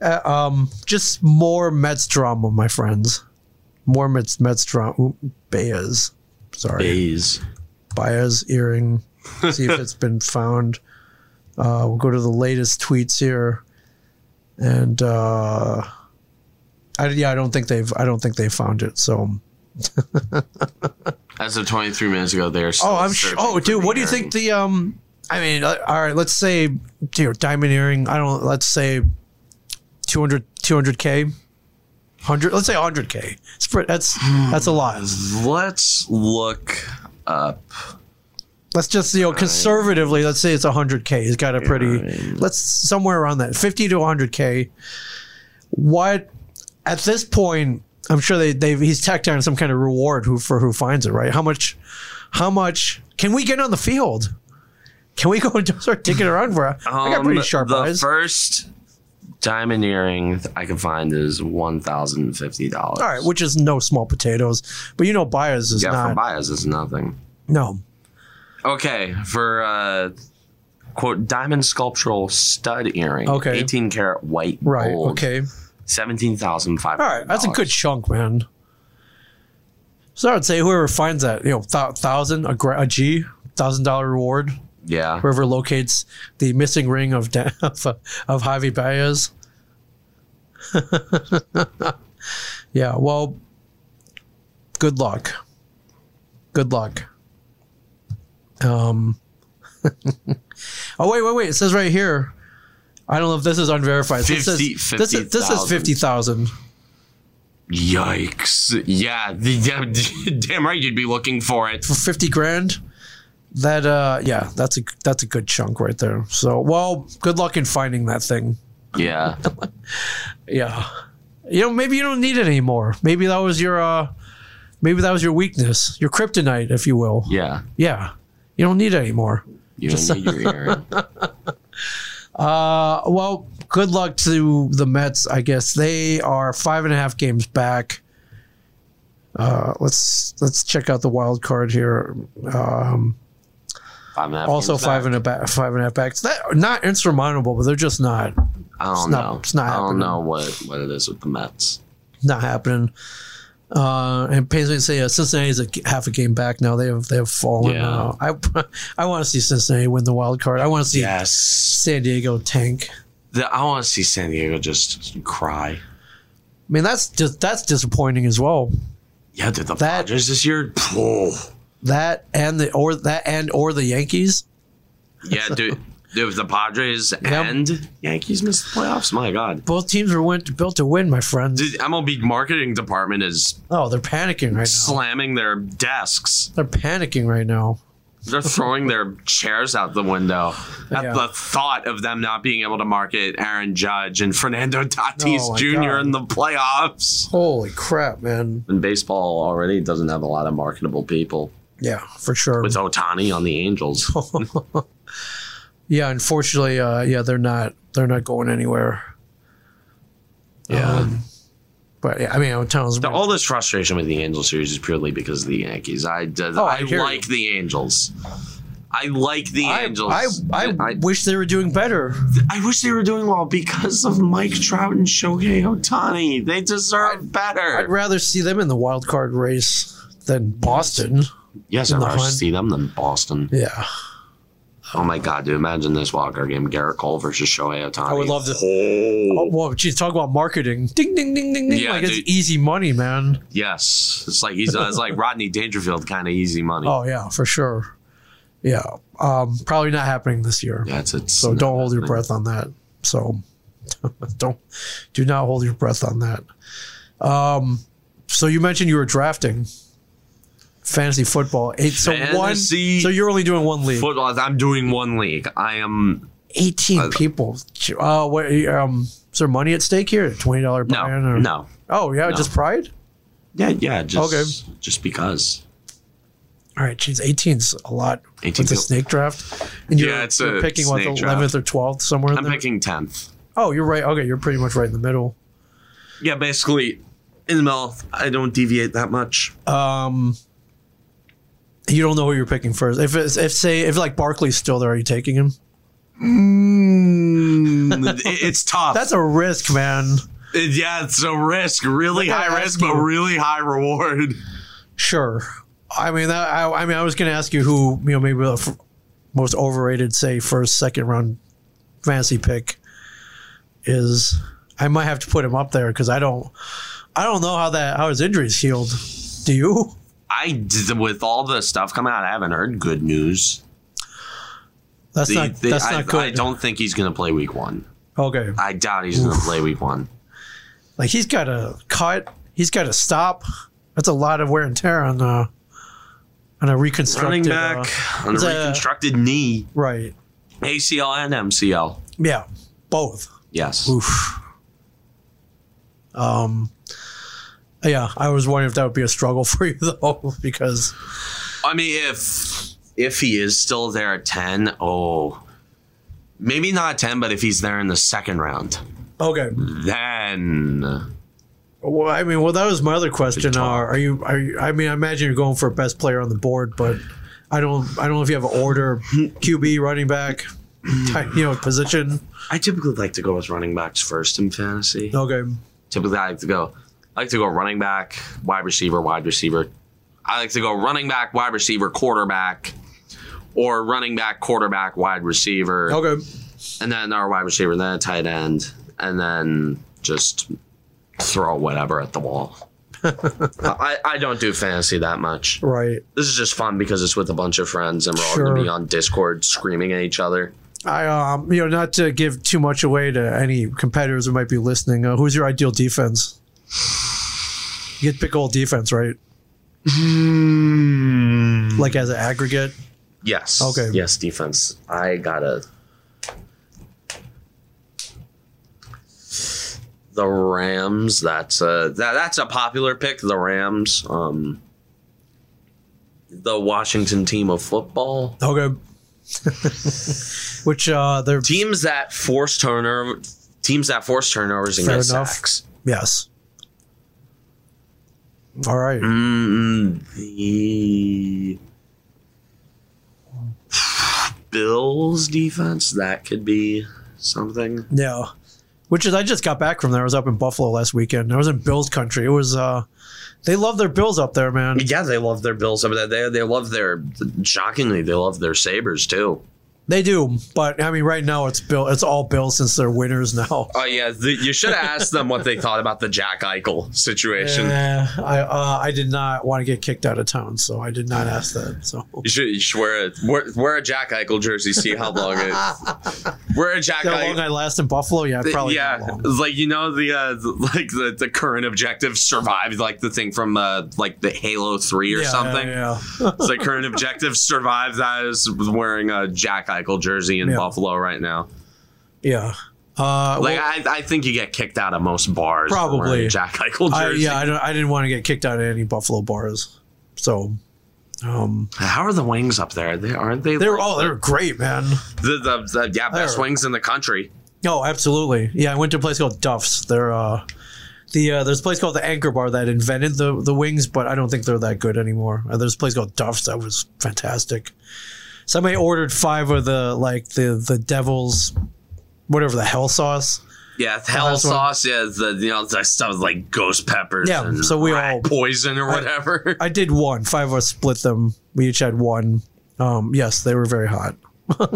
Speaker 2: Uh, um, just more Mets drama, my friends. More Mets Mets drama. Baez, sorry,
Speaker 1: Bays.
Speaker 2: Baez earring. See if it's been found. Uh, we'll go to the latest tweets here, and uh, I, yeah, I don't think they've I don't think they found it. So
Speaker 1: As of 23 minutes ago, they're still
Speaker 2: oh, I'm sh-
Speaker 1: searching
Speaker 2: oh,
Speaker 1: for
Speaker 2: dude,
Speaker 1: the
Speaker 2: what do you
Speaker 1: earring.
Speaker 2: think the um? I mean, uh, all right, let's say you know, diamond earring. I don't. Let's say 200 k, hundred. Let's say hundred k. That's that's a lot.
Speaker 1: Let's look up.
Speaker 2: Let's just you know conservatively. Let's say it's hundred k. He's got a pretty. Let's somewhere around that fifty to hundred k. What at this point? I'm sure they they he's tacked down some kind of reward who for who finds it right. How much? How much can we get on the field? Can we go and just start digging around for? it? I got
Speaker 1: Um,
Speaker 2: pretty sharp
Speaker 1: the
Speaker 2: eyes.
Speaker 1: first diamond earring I can find is one thousand fifty dollars.
Speaker 2: All right, which is no small potatoes, but you know Baez is
Speaker 1: yeah, for
Speaker 2: not.
Speaker 1: bias is nothing.
Speaker 2: no,
Speaker 1: Okay, for uh, quote diamond sculptural stud earring.
Speaker 2: Okay.
Speaker 1: eighteen karat white
Speaker 2: right?
Speaker 1: gold.
Speaker 2: Okay.
Speaker 1: seventeen thousand five.
Speaker 2: All right, that's a good chunk, man. So I would say whoever finds that, you know, th- thousand a, gra- a G thousand dollar reward,
Speaker 1: yeah.
Speaker 2: whoever locates the missing ring of da- of, of Javi Baez. yeah, well, good luck. Good luck. Um. oh wait, wait, wait! It says right here. I don't know if this is unverified. this says
Speaker 1: 50
Speaker 2: this is this
Speaker 1: 50,000.
Speaker 2: is fifty thousand.
Speaker 1: Yikes! Yeah, the, damn, damn right you'd be looking for it.
Speaker 2: for 50 grand that uh yeah that's a that's a good chunk right there so well good luck in finding that thing
Speaker 1: Yeah,
Speaker 2: yeah you know maybe you don't need it anymore maybe that was your uh maybe that was your weakness your kryptonite if you will
Speaker 1: yeah.
Speaker 2: yeah you don't need it anymore
Speaker 1: You don't need your earring.
Speaker 2: uh well good luck to the mets i guess they are five and a half games back uh let's let's check out the wild card here um
Speaker 1: Five and a half
Speaker 2: also
Speaker 1: games
Speaker 2: five
Speaker 1: back.
Speaker 2: and a back, five and a half backs. That not insurmountable, but they're just not
Speaker 1: I don't
Speaker 2: not-
Speaker 1: know.
Speaker 2: it's not
Speaker 1: I
Speaker 2: happening.
Speaker 1: don't know what what it is with the Mets.
Speaker 2: not happening. Uh, and pains me to say, uh, Cincinnati's a g- half a game back now. They have they have fallen.
Speaker 1: Yeah.
Speaker 2: now. I I want to see Cincinnati win the wild card. I want to see
Speaker 1: Yes,
Speaker 2: San Diego tank.
Speaker 1: the, I want to see San Diego just cry.
Speaker 2: I mean, that's dis- that's disappointing as well.
Speaker 1: Yeah, did the
Speaker 2: That-
Speaker 1: Dodgers this year? Oh.
Speaker 2: That and the or that and or the Yankees.
Speaker 1: Yeah, dude. If the Padres and Yankees missed the playoffs, my God.
Speaker 2: Both teams were went, built to win, my friend.
Speaker 1: The MLB marketing department is
Speaker 2: Oh, they're panicking right now.
Speaker 1: slamming their desks.
Speaker 2: They're panicking right now.
Speaker 1: They're throwing their chairs out the window at
Speaker 2: Yeah.
Speaker 1: the thought of them not being able to market Aaron Judge and Fernando Tatis
Speaker 2: Oh, my
Speaker 1: Jr.
Speaker 2: God.
Speaker 1: in the playoffs.
Speaker 2: Holy crap, man!
Speaker 1: And baseball already doesn't have a lot of marketable people
Speaker 2: Yeah, for sure.
Speaker 1: with Otani on the Angels.
Speaker 2: Yeah, unfortunately, uh, yeah, they're not they're not going anywhere.
Speaker 1: Yeah.
Speaker 2: But yeah, I mean, I'm telling
Speaker 1: Um, The- all this frustration with the Angel series is purely because of the Yankees. I, d-
Speaker 2: Oh, I
Speaker 1: I
Speaker 2: hear
Speaker 1: like the Angels. I like the
Speaker 2: I,
Speaker 1: Angels.
Speaker 2: I, I, wish they were doing better.
Speaker 1: I wish they were doing well because of Mike Trout and Shohei Otani. They deserve better.
Speaker 2: I'd rather see them in the wild card race than Boston.
Speaker 1: yes, I'd
Speaker 2: the
Speaker 1: rather
Speaker 2: hunt.
Speaker 1: see them than Boston.
Speaker 2: Yeah.
Speaker 1: Oh my God, dude. Imagine this Walker game Garrett Cole versus Shohei Otani.
Speaker 2: I would love to.
Speaker 1: Oh.
Speaker 2: Oh, well, geez, talk about marketing. Ding, ding, ding, ding, ding.
Speaker 1: Yeah,
Speaker 2: like, it's
Speaker 1: dude.
Speaker 2: easy money, man.
Speaker 1: Yes. It's like he's it's like Rodney Dangerfield kind of easy money.
Speaker 2: Oh, yeah, for sure. Yeah. Um, probably not happening this year.
Speaker 1: Yeah, it's, it's
Speaker 2: So don't hold your breath on that. So don't do not hold your breath on that. Um, so you mentioned you were drafting fantasy football. Eight, so one.
Speaker 1: Fantasy
Speaker 2: So you're only doing one league.
Speaker 1: Football. I'm doing one league. I am
Speaker 2: Eighteen people. Uh, what, um, is there money at stake here? Twenty dollar
Speaker 1: no,
Speaker 2: buy-in? or-
Speaker 1: no.
Speaker 2: Oh yeah, just pride.
Speaker 1: Yeah, yeah. Just
Speaker 2: Okay.
Speaker 1: just because.
Speaker 2: All right, geez, 18's a lot.
Speaker 1: 18
Speaker 2: It's a
Speaker 1: people.
Speaker 2: snake draft, and you're,
Speaker 1: Yeah, it's
Speaker 2: you're
Speaker 1: a
Speaker 2: picking what the
Speaker 1: snake draft.
Speaker 2: eleventh or twelfth somewhere. In
Speaker 1: I'm
Speaker 2: there.
Speaker 1: picking tenth.
Speaker 2: oh, you're right. Okay, you're pretty much right in the middle.
Speaker 1: Yeah, basically in the middle. I don't deviate that much.
Speaker 2: um you don't know who you're picking first. If it's, if say if like Barkley's still there, are you taking him?
Speaker 1: It- it's tough.
Speaker 2: Mm. That's a risk, man.
Speaker 1: It- yeah, it's a risk. Really
Speaker 2: Look, I
Speaker 1: high
Speaker 2: asked
Speaker 1: risk, but
Speaker 2: you.
Speaker 1: really high reward.
Speaker 2: Sure. I mean, that, I, I mean, I was going to ask you who you know maybe the f- most overrated, say first, second round fantasy pick is. I might have to put him up there because I don't, I don't know how that how his injuries healed. Do you?
Speaker 1: I did- with all the stuff coming out, I haven't heard good news.
Speaker 2: That's
Speaker 1: The-
Speaker 2: not
Speaker 1: the-
Speaker 2: that's
Speaker 1: I,
Speaker 2: not good.
Speaker 1: I don't think he's going to play week one.
Speaker 2: okay,
Speaker 1: I doubt he's going to play week one.
Speaker 2: like he's got to cut. He's got to stop. That's a lot of wear and tear on uh on a
Speaker 1: Running
Speaker 2: reconstructed
Speaker 1: back
Speaker 2: uh,
Speaker 1: on a
Speaker 2: it's a-
Speaker 1: reconstructed knee,
Speaker 2: right.
Speaker 1: ACL and MCL.
Speaker 2: Yeah, both.
Speaker 1: Yes.
Speaker 2: Oof. Um. Yeah, I was wondering if that would be a struggle for you though, because
Speaker 1: I mean, if if he is still there at ten, oh, maybe not ten, but if he's there in the second round,
Speaker 2: okay.
Speaker 1: then
Speaker 2: Well, I mean, well, that was my other question. Uh,
Speaker 1: talk.
Speaker 2: are you? Are you? I mean, I imagine you're going for best player on the board, but I don't. I don't know if you have an order: QB, running back, type, you know, position.
Speaker 1: I typically like to go with running backs first in fantasy.
Speaker 2: Okay.
Speaker 1: Typically, I like to go. I like to go running back, wide receiver, wide receiver. I like to go running back, wide receiver, quarterback, or running back, quarterback, wide receiver.
Speaker 2: Okay.
Speaker 1: and then our wide receiver, then a tight end, and then just throw whatever at the wall. I, I don't do fantasy that much.
Speaker 2: Right.
Speaker 1: This is just fun because it's with a bunch of friends and we're all
Speaker 2: Sure.
Speaker 1: gonna be on Discord screaming at each other.
Speaker 2: I um, you know, not to give too much away to any competitors who might be listening. Uh, who's your ideal defense? You get pick all defense, right? Like as an aggregate.
Speaker 1: Yes.
Speaker 2: Okay.
Speaker 1: Yes, defense. I gotta. The Rams. That's a that, that's a popular pick. The Rams. Um. The Washington team of football.
Speaker 2: Okay. Which uh, they're
Speaker 1: teams that force turnover teams that force turnovers and
Speaker 2: Fair
Speaker 1: get
Speaker 2: enough.
Speaker 1: sacks.
Speaker 2: yes. All right.
Speaker 1: Mm, the Bills defense that could be something.
Speaker 2: Yeah. Which is I just got back from there. I was up in Buffalo last weekend. I was in Bills country. It was uh, they love their Bills up there, man.
Speaker 1: Yeah, they love their Bills. I mean, they they love their shockingly they love their Sabers too.
Speaker 2: They do, but I mean, right now it's Bill. It's all Bill since they're winners now.
Speaker 1: Oh yeah, the, you should have asked them what they thought about the Jack Eichel situation.
Speaker 2: Yeah, I uh, I did not want to get kicked out of town, so I did not ask that. So
Speaker 1: You should, you should wear, a, wear wear a Jack Eichel jersey. See how long it. Wear a Jack
Speaker 2: how
Speaker 1: Eichel.
Speaker 2: long I last in Buffalo? Yeah, probably
Speaker 1: yeah,
Speaker 2: not long.
Speaker 1: it's like you know the uh, the- like the, the current objective survived like the thing from uh, like the Halo Three or
Speaker 2: Yeah,
Speaker 1: something.
Speaker 2: Yeah,
Speaker 1: It's like current objective survived. That is wearing a Jack Eichel jersey in
Speaker 2: Yeah.
Speaker 1: Buffalo right now.
Speaker 2: yeah. Uh,
Speaker 1: Like
Speaker 2: well,
Speaker 1: I, I think you get kicked out of most bars. for
Speaker 2: Probably.
Speaker 1: wearing a Jack Eichel
Speaker 2: I,
Speaker 1: jersey.
Speaker 2: yeah, I don't. I didn't want to get kicked out of any Buffalo bars. So, um,
Speaker 1: How are the wings up there? They aren't they?
Speaker 2: they were all they're great, man.
Speaker 1: the, the, the yeah best
Speaker 2: They're-
Speaker 1: wings in the country.
Speaker 2: Oh, absolutely. Yeah, I went to a place called Duff's. They're uh, the uh, there's a place called the Anchor Bar that invented the the wings, but I don't think they're that good anymore. Uh, there's a place called Duff's that was fantastic. somebody ordered five of the like the the devil's whatever the hell sauce.
Speaker 1: Yeah, hell
Speaker 2: that's one.
Speaker 1: sauce. Yeah, the you know that stuff is like ghost peppers.
Speaker 2: Yeah,
Speaker 1: and
Speaker 2: so we
Speaker 1: rat
Speaker 2: all-
Speaker 1: poison or whatever.
Speaker 2: I did one. Five of us split them. We each had one. Um, yes, they were very hot.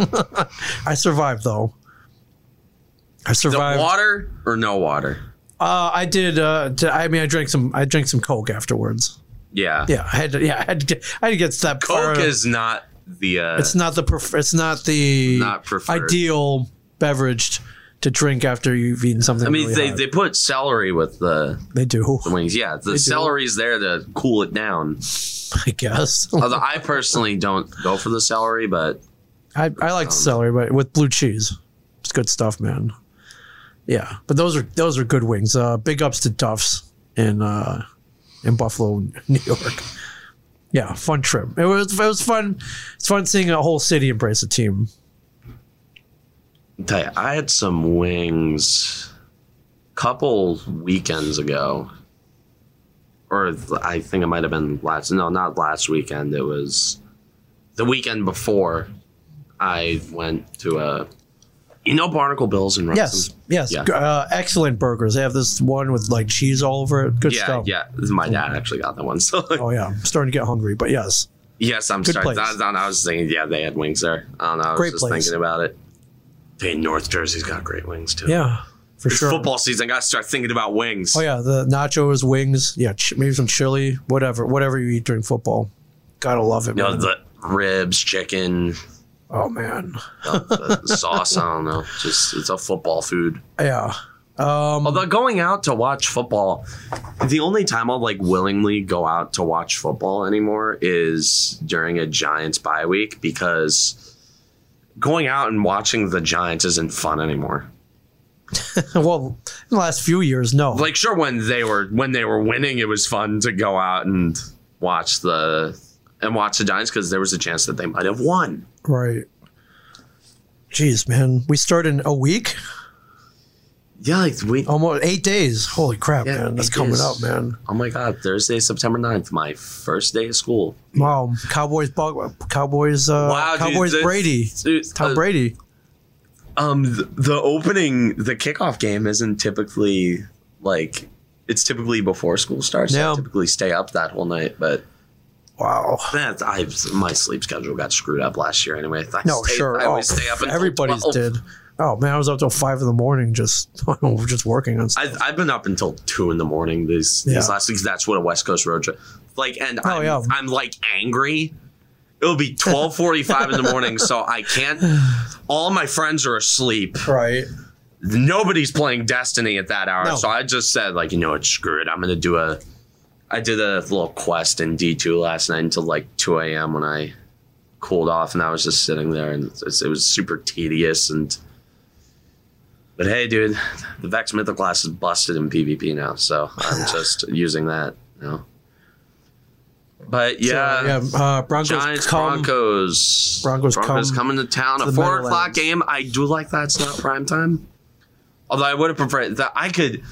Speaker 2: I survived though. I
Speaker 1: the
Speaker 2: survived.
Speaker 1: water or no water?
Speaker 2: uh, I did. Uh, t- I mean, I drank some. I drank some coke afterwards.
Speaker 1: Yeah,
Speaker 2: Yeah, I had. To, yeah, I had to. Get, I had to get to that.
Speaker 1: Coke
Speaker 2: far.
Speaker 1: is not the. Uh,
Speaker 2: It's not the. Pref- it's not the
Speaker 1: Not preferred.
Speaker 2: ideal beverage to drink after you've eaten something.
Speaker 1: I mean,
Speaker 2: really
Speaker 1: they,
Speaker 2: hot.
Speaker 1: they put celery with the
Speaker 2: They do,
Speaker 1: wings. Yeah, the celery's there to cool it down.
Speaker 2: I guess.
Speaker 1: Although I personally don't go for the celery, but
Speaker 2: I, I
Speaker 1: Um,
Speaker 2: like celery, but with blue cheese, it's good stuff, man. Yeah, but those are those are good wings. Uh, big ups to Duff's in uh, in Buffalo, New York. Yeah, fun trip. It was it was fun. It's fun seeing a whole city embrace a team.
Speaker 1: I'll tell you, I had some wings couple weekends ago. Or I think it might have been last no, not last weekend. It was the weekend before I went to a you know Barnacle Bills and
Speaker 2: Yes, yes,
Speaker 1: Yeah.
Speaker 2: Uh, excellent burgers. They have this one with like cheese all over it. Good
Speaker 1: Yeah,
Speaker 2: stuff.
Speaker 1: yeah. My dad actually got that one. So
Speaker 2: Oh yeah, I'm starting to get hungry, but yes,
Speaker 1: Yes, I'm
Speaker 2: Good
Speaker 1: sorry.
Speaker 2: place.
Speaker 1: I, was- I was thinking, yeah, they had wings there. I don't know. I was
Speaker 2: Great
Speaker 1: just
Speaker 2: place.
Speaker 1: thinking about it. Hey, North Jersey's got great wings too.
Speaker 2: yeah, for
Speaker 1: It's
Speaker 2: sure.
Speaker 1: football season. Got to start thinking about wings.
Speaker 2: Oh yeah, the nachos, wings, yeah, ch- maybe some chili, whatever, whatever you eat during football. Gotta love it,
Speaker 1: You know,
Speaker 2: man.
Speaker 1: the ribs, chicken,
Speaker 2: oh man,
Speaker 1: uh, the sauce. I don't know. Just it's a football food.
Speaker 2: yeah. Um,
Speaker 1: Although going out to watch football, the only time I'll like willingly go out to watch football anymore is during a Giants bye week because going out and watching the Giants isn't fun anymore.
Speaker 2: well, in the last few years, no.
Speaker 1: like sure when they were when they were winning it was fun to go out and watch the and watch the Giants because there was a chance that they might have won.
Speaker 2: right. Jeez, man, we start in a week,
Speaker 1: Yeah, like we. Oh,
Speaker 2: almost eight days. Holy crap,
Speaker 1: Yeah,
Speaker 2: man, that's
Speaker 1: eight
Speaker 2: coming
Speaker 1: days.
Speaker 2: up, man.
Speaker 1: my God, Thursday, September 9th, my first day of school.
Speaker 2: Wow, Cowboys, bug, Cowboys, uh,
Speaker 1: Wow, dude,
Speaker 2: Cowboys,
Speaker 1: this-
Speaker 2: Brady,
Speaker 1: Dude,
Speaker 2: Tom
Speaker 1: uh,
Speaker 2: Brady.
Speaker 1: Um, th- the opening, the kickoff game isn't typically like it's typically before school starts.
Speaker 2: Yeah.
Speaker 1: I typically stay up that whole night, but
Speaker 2: Wow.
Speaker 1: that I my sleep schedule got screwed up last year anyway. I
Speaker 2: No,
Speaker 1: stayed-
Speaker 2: sure.
Speaker 1: I always
Speaker 2: oh,
Speaker 1: stay up. Until
Speaker 2: everybody's
Speaker 1: 12.
Speaker 2: did. Oh man, I was up till five in the morning, just just working on. Stuff.
Speaker 1: I've, I've been up until two in the morning these
Speaker 2: Yeah.
Speaker 1: these last weeks. That's what a West Coast road trip like. And
Speaker 2: Oh,
Speaker 1: I'm,
Speaker 2: yeah.
Speaker 1: I'm like angry. It'll be twelve forty five in the morning, so I can't. All my friends are asleep.
Speaker 2: right.
Speaker 1: Nobody's playing Destiny at that hour.
Speaker 2: No.
Speaker 1: So I just said like, you know what, screw it. I'm gonna do a. I did a little quest in D two last night until like two a.m. when I cooled off, and I was just sitting there, and it's, it was super tedious and. But hey, dude, the Vex Mythic class is busted in PvP now, so I'm just using that. You know. But yeah,
Speaker 2: yeah, uh, Broncos
Speaker 1: Giants,
Speaker 2: come.
Speaker 1: Broncos,
Speaker 2: Broncos come
Speaker 1: coming to town.
Speaker 2: to
Speaker 1: a
Speaker 2: the
Speaker 1: four o'clock game.
Speaker 2: Meadowlands.
Speaker 1: I do like that it's not prime time. Although I would have preferred that I could.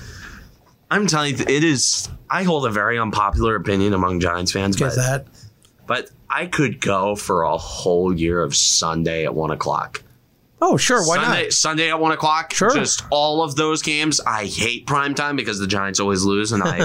Speaker 1: I'm telling you, it is. I hold a very unpopular opinion among Giants fans,
Speaker 2: Get
Speaker 1: but,
Speaker 2: that?
Speaker 1: but I could go for a whole year of Sunday at one o'clock.
Speaker 2: Oh, sure. Why
Speaker 1: Sunday,
Speaker 2: not?
Speaker 1: Sunday at one o'clock.
Speaker 2: Sure.
Speaker 1: Just all of those games. I hate prime time because the Giants always lose, and I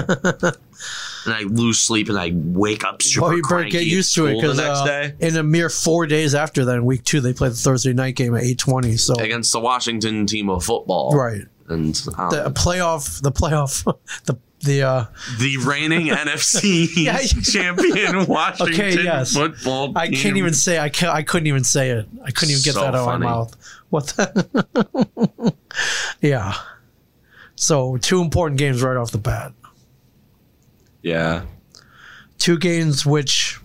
Speaker 1: and I lose sleep, and I wake up super.
Speaker 2: Well, you better
Speaker 1: cranky
Speaker 2: get
Speaker 1: at
Speaker 2: used to it
Speaker 1: school the
Speaker 2: because uh,
Speaker 1: next day.
Speaker 2: in a mere four days after that, in week two, they play the Thursday night game at eight twenty. So
Speaker 1: against the Washington team of football.
Speaker 2: right,
Speaker 1: And um,
Speaker 2: the
Speaker 1: the,
Speaker 2: playoff, the playoff, the the uh,
Speaker 1: reigning NFC
Speaker 2: Yeah, you-
Speaker 1: champion Washington
Speaker 2: yes.
Speaker 1: football
Speaker 2: I can't
Speaker 1: team.
Speaker 2: even say I can I couldn't even say it. I couldn't even get
Speaker 1: So
Speaker 2: that out of
Speaker 1: funny.
Speaker 2: my mouth. What? The yeah. So two important games right off the bat.
Speaker 1: Yeah.
Speaker 2: Two games which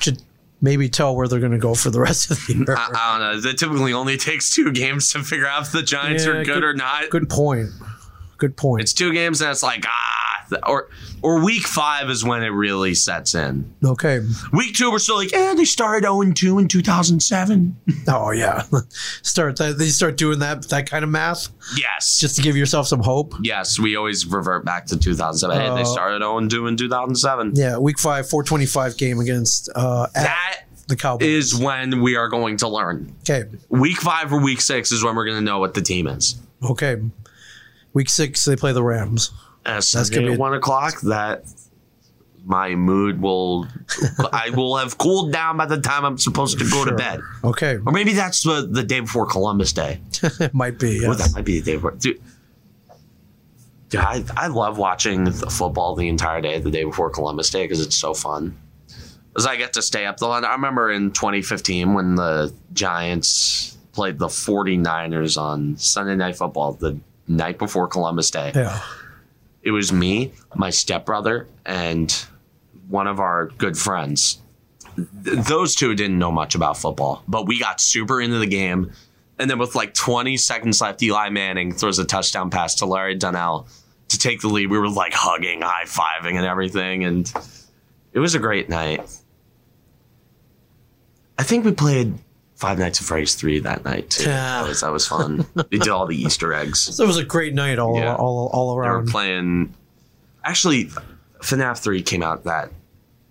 Speaker 2: should maybe tell where they're going to go for the rest of the year.
Speaker 1: I, I don't know. It typically only takes two games to figure out if the Giants
Speaker 2: Yeah,
Speaker 1: are good,
Speaker 2: good-
Speaker 1: or not.
Speaker 2: Good point. Good point.
Speaker 1: It's two games, and it's like ah, th- or or week five is when it really sets in.
Speaker 2: okay.
Speaker 1: Week two, we're still like, eh, they started zero and two in two thousand seven.
Speaker 2: Oh yeah. start that. They start doing that that kind of math
Speaker 1: Yes.
Speaker 2: just to give yourself some hope.
Speaker 1: Yes, we always revert back to 2007. hey,
Speaker 2: Uh,
Speaker 1: they started 0 2 in 2007.
Speaker 2: Yeah. Week five, four twenty five game against uh, at
Speaker 1: That
Speaker 2: the Cowboys.
Speaker 1: is when we are going to learn.
Speaker 2: okay.
Speaker 1: Week five or week six is when we're going to know what the team is.
Speaker 2: Okay. Week six, they play the Rams.
Speaker 1: As
Speaker 2: That's
Speaker 1: That's
Speaker 2: gonna
Speaker 1: going
Speaker 2: be-
Speaker 1: at one o'clock. That my mood will, I will have cooled down by the time I'm supposed to go to
Speaker 2: Sure.
Speaker 1: bed.
Speaker 2: Okay.
Speaker 1: Or maybe that's the, the day before Columbus Day.
Speaker 2: It might be.
Speaker 1: Well,
Speaker 2: Yes.
Speaker 1: that might be the day before. Dude, dude I, I love watching the football the entire day, the day before Columbus Day, because it's so fun. Because I get to stay up the line. I remember in 2015 when the Giants played the 49ers on Sunday Night Football the night before Columbus Day.
Speaker 2: Yeah.
Speaker 1: It was me, my stepbrother, and one of our good friends. Th- those two didn't know much about football, but we got super into the game. And then with like 20 seconds left, Eli Manning throws a touchdown pass to Larry Donnell to take the lead. We were like hugging, high fiving, and everything. And it was a great night. I think we played Five Nights at Freddy's 3 that night, too.
Speaker 2: Yeah.
Speaker 1: That, was, that was fun. we did all the Easter eggs.
Speaker 2: So it was a great night all
Speaker 1: Yeah.
Speaker 2: all, all
Speaker 1: They were
Speaker 2: around.
Speaker 1: playing. Actually, FNAF 3 came out that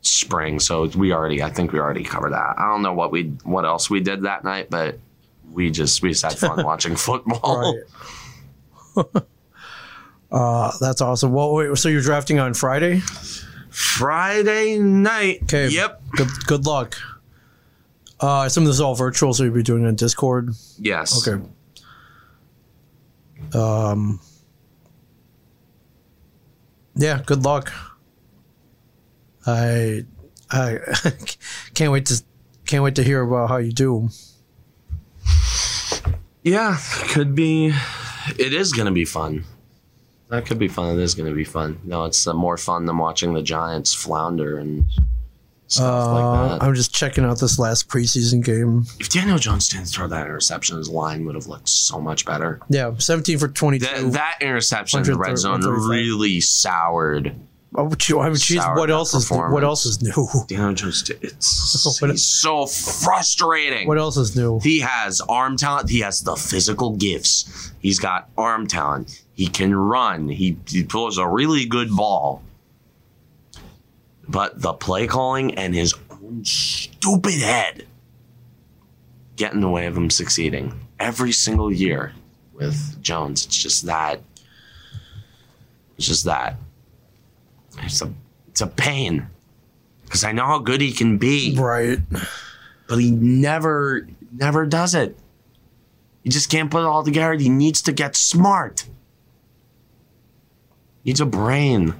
Speaker 1: spring, so we already, I think we already covered that. I don't know what we, what else we did that night, but we just, we just had fun watching football.
Speaker 2: Right. uh, that's awesome. Well, wait, so you're drafting on Friday?
Speaker 1: Friday night.
Speaker 2: Okay.
Speaker 1: Yep.
Speaker 2: Good, good luck. Uh, some of this is all virtual, so you'll be doing it on Discord.
Speaker 1: Yes.
Speaker 2: Okay. Um. Yeah. Good luck. I I can't wait to can't wait to hear about how you do.
Speaker 1: Yeah, could be. It is going to be fun. That could be fun. It is going to be fun. No, it's uh, more fun than watching the Giants flounder and stuff like
Speaker 2: Uh,
Speaker 1: that.
Speaker 2: I'm just checking out this last preseason game.
Speaker 1: if Daniel Jones didn't throw that interception, his line would have looked so much better.
Speaker 2: Yeah, 17 for 22.
Speaker 1: That, that interception in the red
Speaker 2: 130
Speaker 1: zone
Speaker 2: 135.
Speaker 1: really soured
Speaker 2: oh, gee, I mean, geez,
Speaker 1: Sour
Speaker 2: what else is what
Speaker 1: performance.
Speaker 2: else is new?
Speaker 1: Daniel Jones. did- It's
Speaker 2: What-
Speaker 1: he's so frustrating.
Speaker 2: What else is new?
Speaker 1: He has arm talent. He has the physical gifts. He's got arm talent. He can run. He, he throws a really good ball. But the play calling and his own stupid head get in the way of him succeeding every single year with Jones. It's just that. It's just that. It's a it's a pain because I know how good he can be
Speaker 2: Right.
Speaker 1: but he never never does it. He just can't put it all together. He needs to get smart. Needs a brain.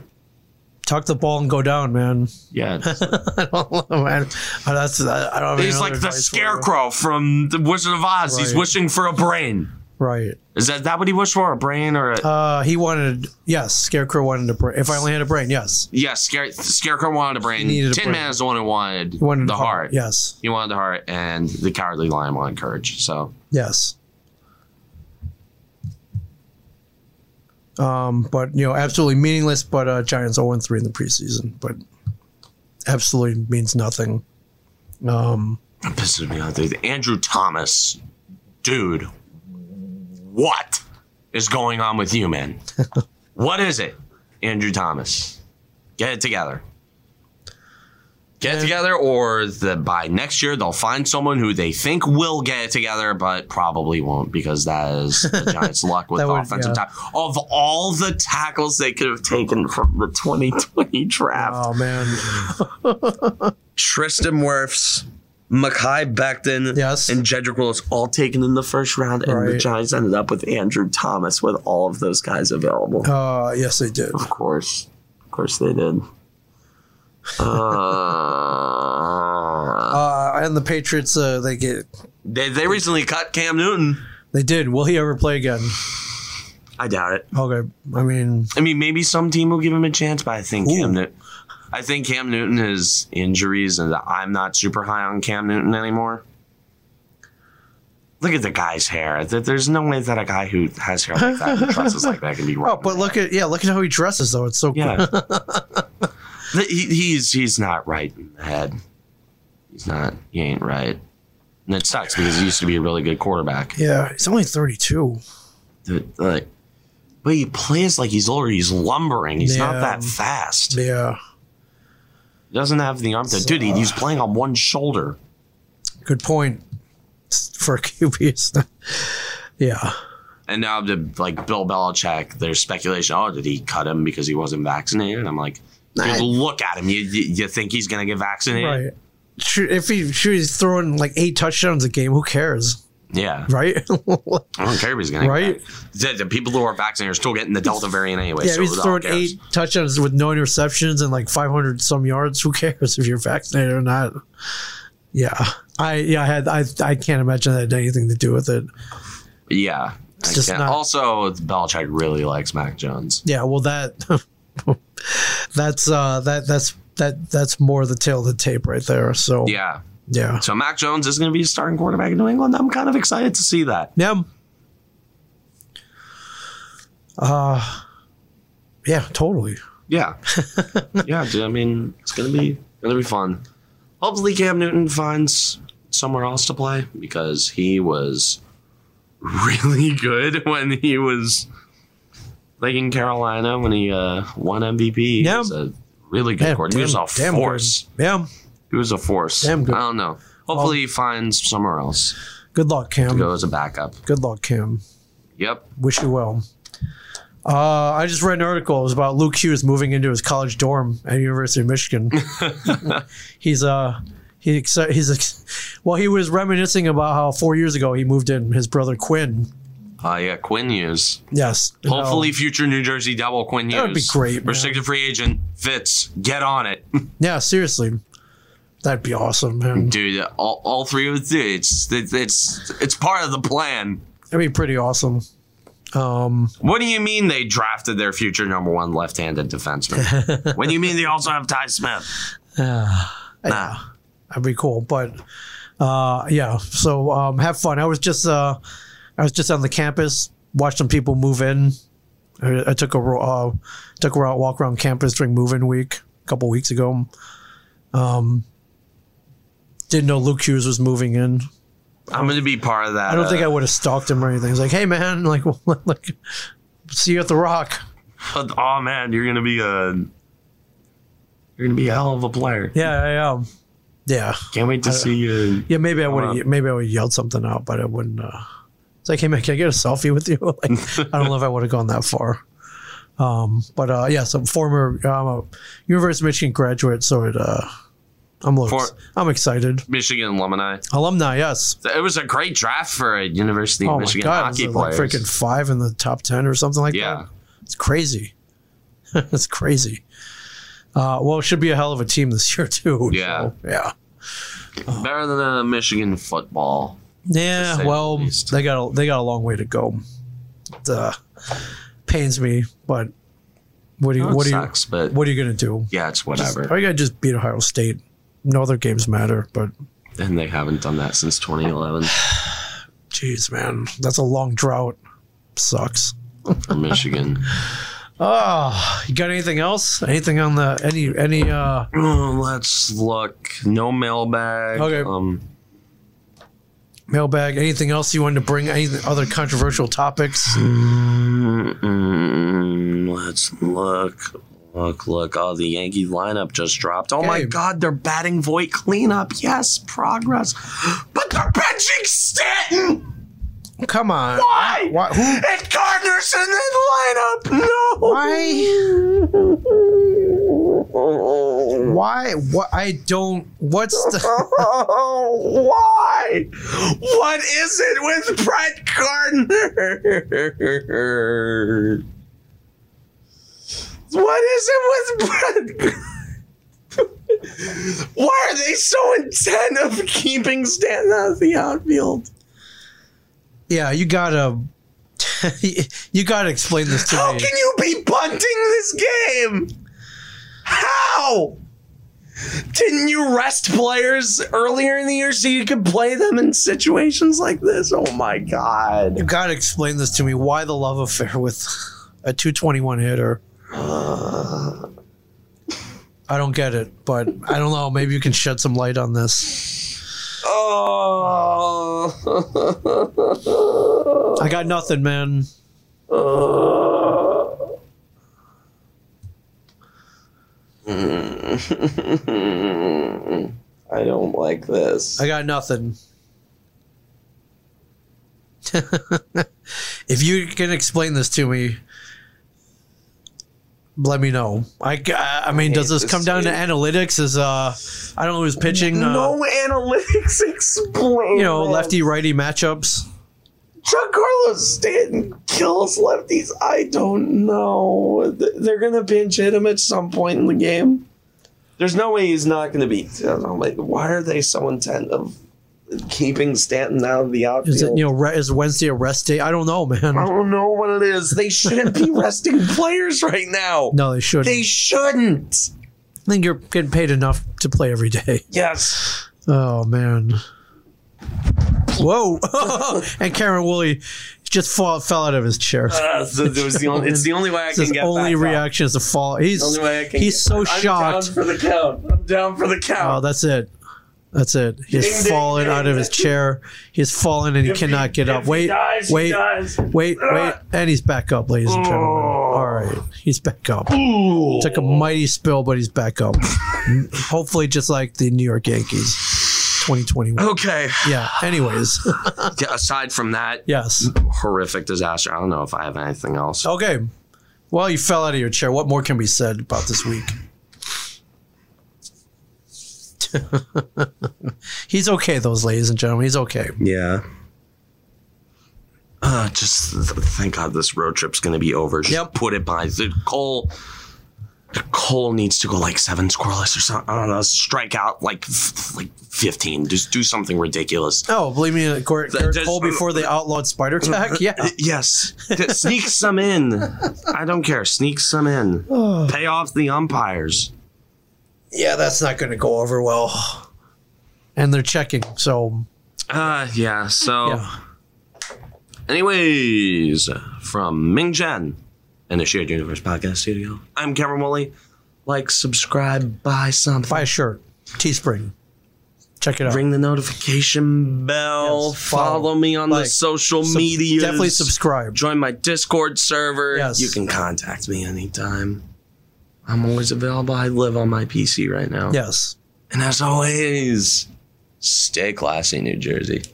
Speaker 2: Tuck the ball and go down, man.
Speaker 1: Yeah.
Speaker 2: I don't know, man. Oh, That's I don't have any
Speaker 1: He's
Speaker 2: other
Speaker 1: like the
Speaker 2: advice for you.
Speaker 1: scarecrow from the Wizard of Oz. He's
Speaker 2: Right.
Speaker 1: wishing for a brain.
Speaker 2: Right.
Speaker 1: Is that, that what he wished for? A brain or a
Speaker 2: Uh, he wanted yes. Scarecrow wanted a brain. If I only had a brain, yes.
Speaker 1: yeah, scare, Scarecrow wanted a brain.
Speaker 2: needed a
Speaker 1: Tin
Speaker 2: brain.
Speaker 1: Man is the one who wanted,
Speaker 2: He wanted
Speaker 1: the
Speaker 2: a
Speaker 1: heart.
Speaker 2: Yes.
Speaker 1: He wanted the heart and the cowardly lion wanted courage. So
Speaker 2: Yes. Um, but you know, absolutely meaningless. But uh, Giants zero three in the preseason, but absolutely means nothing. Um,
Speaker 1: that pisses me off. dude. Andrew Thomas, dude, what is going on with you, man? what is it, Andrew Thomas? Get it together. Get it together, or the, by next year they'll find someone who they think will get it together, but probably won't because that is the Giants' luck with
Speaker 2: That
Speaker 1: the
Speaker 2: would-
Speaker 1: offensive
Speaker 2: yeah.
Speaker 1: tackle. Of all the tackles they could have taken from the 2020 draft,
Speaker 2: oh man,
Speaker 1: Tristan Wirfs, Makai Becton,
Speaker 2: Yes.
Speaker 1: and Jedrick Willis all taken in the first round, and the
Speaker 2: Right.
Speaker 1: Giants ended up with Andrew Thomas with all of those guys available.
Speaker 2: uh, yes, they did.
Speaker 1: Of course, of course they did. Uh,
Speaker 2: Uh, and the Patriots, uh, they get
Speaker 1: they they recently cut Cam Newton.
Speaker 2: they did. Will he ever play again?
Speaker 1: I doubt it.
Speaker 2: Okay, I mean,
Speaker 1: I mean, maybe some team will give him a chance, but I think
Speaker 2: Ooh.
Speaker 1: Cam Newton. I think Cam Newton is injuries, and I'm not super high on Cam Newton anymore. Look at the guy's hair. Th- There's no way that a guy who has hair like that and dresses like that can be
Speaker 2: oh,
Speaker 1: wrong.
Speaker 2: but look at yeah, look at how he dresses though. It's so
Speaker 1: yeah, Th- he, he's he's not right in the head. He's not. He ain't right, and it sucks because he used to be a really good quarterback.
Speaker 2: yeah. He's only thirty two.
Speaker 1: Th- Like, but he plays like he's older. He's lumbering. He's
Speaker 2: Yeah.
Speaker 1: not that fast.
Speaker 2: Yeah. uh,
Speaker 1: Doesn't have the arm to. Dude, he- he's playing on one shoulder.
Speaker 2: Good point for a QB. It's not- yeah.
Speaker 1: And now to like Bill Belichick, there's speculation. Oh, did he cut him because he wasn't vaccinated? I'm like, dude,
Speaker 2: Nah.
Speaker 1: look at him. You, you you think he's gonna get vaccinated?
Speaker 2: Right. Shoot, if he shoot, he's throwing like eight touchdowns a game, who cares?
Speaker 1: Yeah.
Speaker 2: Right?
Speaker 1: I don't care if he's gonna.
Speaker 2: Right?
Speaker 1: Get vac- the, the people who are vaccinated are still getting the Delta variant anyway.
Speaker 2: yeah,
Speaker 1: so
Speaker 2: if he's
Speaker 1: who
Speaker 2: throwing
Speaker 1: cares?
Speaker 2: eight touchdowns with no interceptions and like 500 some yards. Who cares if you're vaccinated or not? Yeah. I yeah, I had I I can't imagine that had anything to do with it.
Speaker 1: Yeah. I
Speaker 2: just
Speaker 1: can't-
Speaker 2: not-
Speaker 1: also, Belichick really likes Mac Jones.
Speaker 2: Yeah, well that that's uh that that's that that's more the tail of the tape right there. So
Speaker 1: Yeah.
Speaker 2: yeah.
Speaker 1: So Mac Jones is going to be a starting quarterback in New England. I'm kind of excited to see that.
Speaker 2: Yeah. Uh yeah, totally.
Speaker 1: Yeah. yeah. dude, I mean, it's going to be going to be fun. Hopefully, Cam Newton finds somewhere else to play because he was really good when he was like in Carolina when he uh, won MVP. He
Speaker 2: Yeah.
Speaker 1: was a really good
Speaker 2: Yeah,
Speaker 1: quarterback. He
Speaker 2: damn-
Speaker 1: was a
Speaker 2: damn good.
Speaker 1: force.
Speaker 2: Yeah.
Speaker 1: He was a force.
Speaker 2: Damn good.
Speaker 1: I don't know. Hopefully, he finds somewhere else
Speaker 2: Good luck,
Speaker 1: to
Speaker 2: Cam.
Speaker 1: go as a backup.
Speaker 2: Good luck, Cam.
Speaker 1: Yep.
Speaker 2: Wish you well. Uh, I just read an article. It was about Luke Hughes moving into his college dorm at University of Michigan. he's uh he exci- he's ex- well he was reminiscing about how four years ago he moved in his brother Quinn.
Speaker 1: Uh, yeah, Quinn Hughes.
Speaker 2: Yes, And how-
Speaker 1: Hopefully, future New Jersey double Quinn Hughes.
Speaker 2: That would be great, man.
Speaker 1: Restricted free agent Fitz. Get on it,
Speaker 2: Yeah, seriously, that'd be awesome, man.
Speaker 1: dude. All, all three of us. dude, It's it's it's it's part of the plan.
Speaker 2: That'd be pretty awesome. Um,
Speaker 1: What do you mean they drafted their future number one left-handed defenseman? what do you mean they also have Ty Smith? nah.
Speaker 2: that'd be cool. But uh, yeah, so um, have fun. I was just uh, I was just on the campus, watched some people move in. I, I took a ro- uh, took a ro- walk around campus during move-in week a couple weeks ago. Um, didn't know Luke Hughes was moving in.
Speaker 1: I'm going to be part of that.
Speaker 2: I don't think
Speaker 1: uh,
Speaker 2: I would have stalked him or anything. It's like, hey man, like, like, see you at the Rock.
Speaker 1: But, oh man, you're going to be a you're going to be a hell of a player.
Speaker 2: Yeah, I am. Yeah.
Speaker 1: Can't wait to see you.
Speaker 2: Yeah, maybe I would
Speaker 1: on.
Speaker 2: have maybe I would have yelled something out, but I wouldn't. Uh, it's like, hey man, can I get a selfie with you? Like, I don't know if I would have gone that far. Um, but uh, yeah, so former I'm a University of Michigan graduate, so it uh, I'm a little,
Speaker 1: For-
Speaker 2: I'm excited.
Speaker 1: Michigan alumni.
Speaker 2: Alumni, yes.
Speaker 1: It was a great draft for a University of
Speaker 2: Oh
Speaker 1: Michigan
Speaker 2: my god,
Speaker 1: hockey
Speaker 2: was it,
Speaker 1: player.
Speaker 2: like freaking five in the top ten or something like
Speaker 1: Yeah.
Speaker 2: that. It's crazy. it's crazy. Uh, well, it should be a hell of a team this year too.
Speaker 1: Yeah.
Speaker 2: so, yeah.
Speaker 1: Better than uh, Michigan football. to say
Speaker 2: Yeah,
Speaker 1: the
Speaker 2: well,
Speaker 1: least.
Speaker 2: they got a, they got a long way to go. It uh, pains me, but what do you
Speaker 1: Oh, It
Speaker 2: what do you
Speaker 1: sucks, but
Speaker 2: what are you gonna do?
Speaker 1: yeah, it's
Speaker 2: Just,
Speaker 1: whatever.
Speaker 2: are you gonna just beat Ohio State? No other games matter, but
Speaker 1: and they haven't done that since 2011
Speaker 2: jeez, man, that's a long drought. Sucks.
Speaker 1: for Michigan.
Speaker 2: Ah, you got anything else? Anything on the any any? uh
Speaker 1: Oh, let's look. No mailbag.
Speaker 2: Okay.
Speaker 1: Um,
Speaker 2: mailbag anything else you wanted to bring any other controversial topics
Speaker 1: mm, let's look. Look, look. Oh, the Yankee lineup just dropped. Oh my
Speaker 2: Gabe.
Speaker 1: God, they're batting Voight cleanup. Yes, progress. But they're benching Stanton.
Speaker 2: come on
Speaker 1: Why?
Speaker 2: why who
Speaker 1: And Gardner's in the lineup. No.
Speaker 2: why why what i don't what's the
Speaker 1: Why? What is it with Brett Gardner? What is it with Brett? Gardner? Why are they so intent of keeping Stanton out of the outfield?
Speaker 2: yeah you gotta you gotta explain this to
Speaker 1: How
Speaker 2: me
Speaker 1: can you be bunting this game? How? Didn't you rest players earlier in the year so you could play them in situations like this? Oh my
Speaker 2: you
Speaker 1: god.
Speaker 2: gotta explain this to me why the love affair with a 221 hitter i don't get it but i don't know maybe you can shed some light on this
Speaker 1: Oh.
Speaker 2: i got nothing man
Speaker 1: I
Speaker 3: Mm. I don't like this.
Speaker 2: I got nothing. if you can explain this to me, let me know. I, I mean,
Speaker 3: hate
Speaker 2: does this
Speaker 3: this
Speaker 2: come down to
Speaker 3: dude.
Speaker 2: analytics? Is uh, I don't know who's pitching. Uh,
Speaker 3: no analytics explain.
Speaker 2: you know,
Speaker 3: that.
Speaker 2: lefty righty matchups.
Speaker 3: Giancarlo Stanton kills lefties. I don't know. Th- They're gonna pinch hit him at some point in the game. There's no way he's not gonna beat. I'm like, why are they so intent of keeping Stanton out of the outfield?
Speaker 2: Is it you know re- is Wednesday a rest day? I don't know,
Speaker 3: I
Speaker 2: man.
Speaker 3: don't know what it is. They shouldn't be resting players right now.
Speaker 2: No, they should.
Speaker 3: They
Speaker 2: I
Speaker 3: shouldn't.
Speaker 2: think you're getting paid enough to play every day.
Speaker 3: Yes.
Speaker 2: Oh man. Whoa! and Cameron Woolley just fall, fell out of his chair.
Speaker 3: Uh, so it was the only, it's the only way I
Speaker 2: His
Speaker 3: can get
Speaker 2: only
Speaker 3: back up.
Speaker 2: reaction is to fall. He's
Speaker 3: Only way I can
Speaker 2: he's
Speaker 3: get-
Speaker 2: so
Speaker 3: I'm
Speaker 2: shocked.
Speaker 3: down for the count. I'm down for the
Speaker 2: Oh,
Speaker 3: count.
Speaker 2: that's it. That's it.
Speaker 3: Ding,
Speaker 2: He's
Speaker 3: ding,
Speaker 2: fallen
Speaker 3: ding.
Speaker 2: out of his chair. He's fallen and he
Speaker 3: If he-
Speaker 2: cannot get up.
Speaker 3: if he
Speaker 2: Wait,
Speaker 3: dies, he
Speaker 2: wait,
Speaker 3: dies.
Speaker 2: wait, wait. And he's back up, ladies and gentlemen.
Speaker 3: Oh.
Speaker 2: All right. He's back up.
Speaker 3: Ooh.
Speaker 2: Took a mighty spill, but he's back up. Hopefully, just like the New York Yankees 2021.
Speaker 1: Okay.
Speaker 2: Yeah. Anyways,
Speaker 1: Yeah, aside from that
Speaker 2: yes.
Speaker 1: horrific disaster, I don't know if I have anything else.
Speaker 2: Okay. Well, you fell out of your chair. What more can be said about this week? he's okay, those ladies and gentlemen. He's okay.
Speaker 1: Yeah. Uh, just th- thank God this road trip's gonna be over. Just
Speaker 2: Yep.
Speaker 1: put it by the Cole. Cole needs to go like seven scoreless or something. I don't know. Strike out like f- like fifteen. Just do something ridiculous.
Speaker 2: Oh, believe me, Garrett
Speaker 1: That
Speaker 2: Garrett
Speaker 1: just-
Speaker 2: Cole before they outlawed spider tech. Yeah,
Speaker 1: Yes, Th- sneak some in. I don't care. Sneak some in. Pay off the umpires.
Speaker 2: yeah, that's not going to go over well. And they're checking, so
Speaker 1: Uh, yeah. So,
Speaker 2: Yeah.
Speaker 1: anyways, from Ming Chen and the Shared Universe Podcast Studio, I'm Cameron Woolley. Like, subscribe, buy something,
Speaker 2: buy a shirt, Teespring. Check it out.
Speaker 1: ring the notification bell,
Speaker 2: Yes,
Speaker 1: follow,
Speaker 2: follow,
Speaker 1: me on
Speaker 2: like,
Speaker 1: the social
Speaker 2: Sub-
Speaker 1: media.
Speaker 2: Definitely subscribe.
Speaker 1: Join my Discord server.
Speaker 2: Yes.
Speaker 1: You can contact me anytime. I'm always available. I live on my PC right now.
Speaker 2: Yes.
Speaker 1: And as always, stay classy, New Jersey.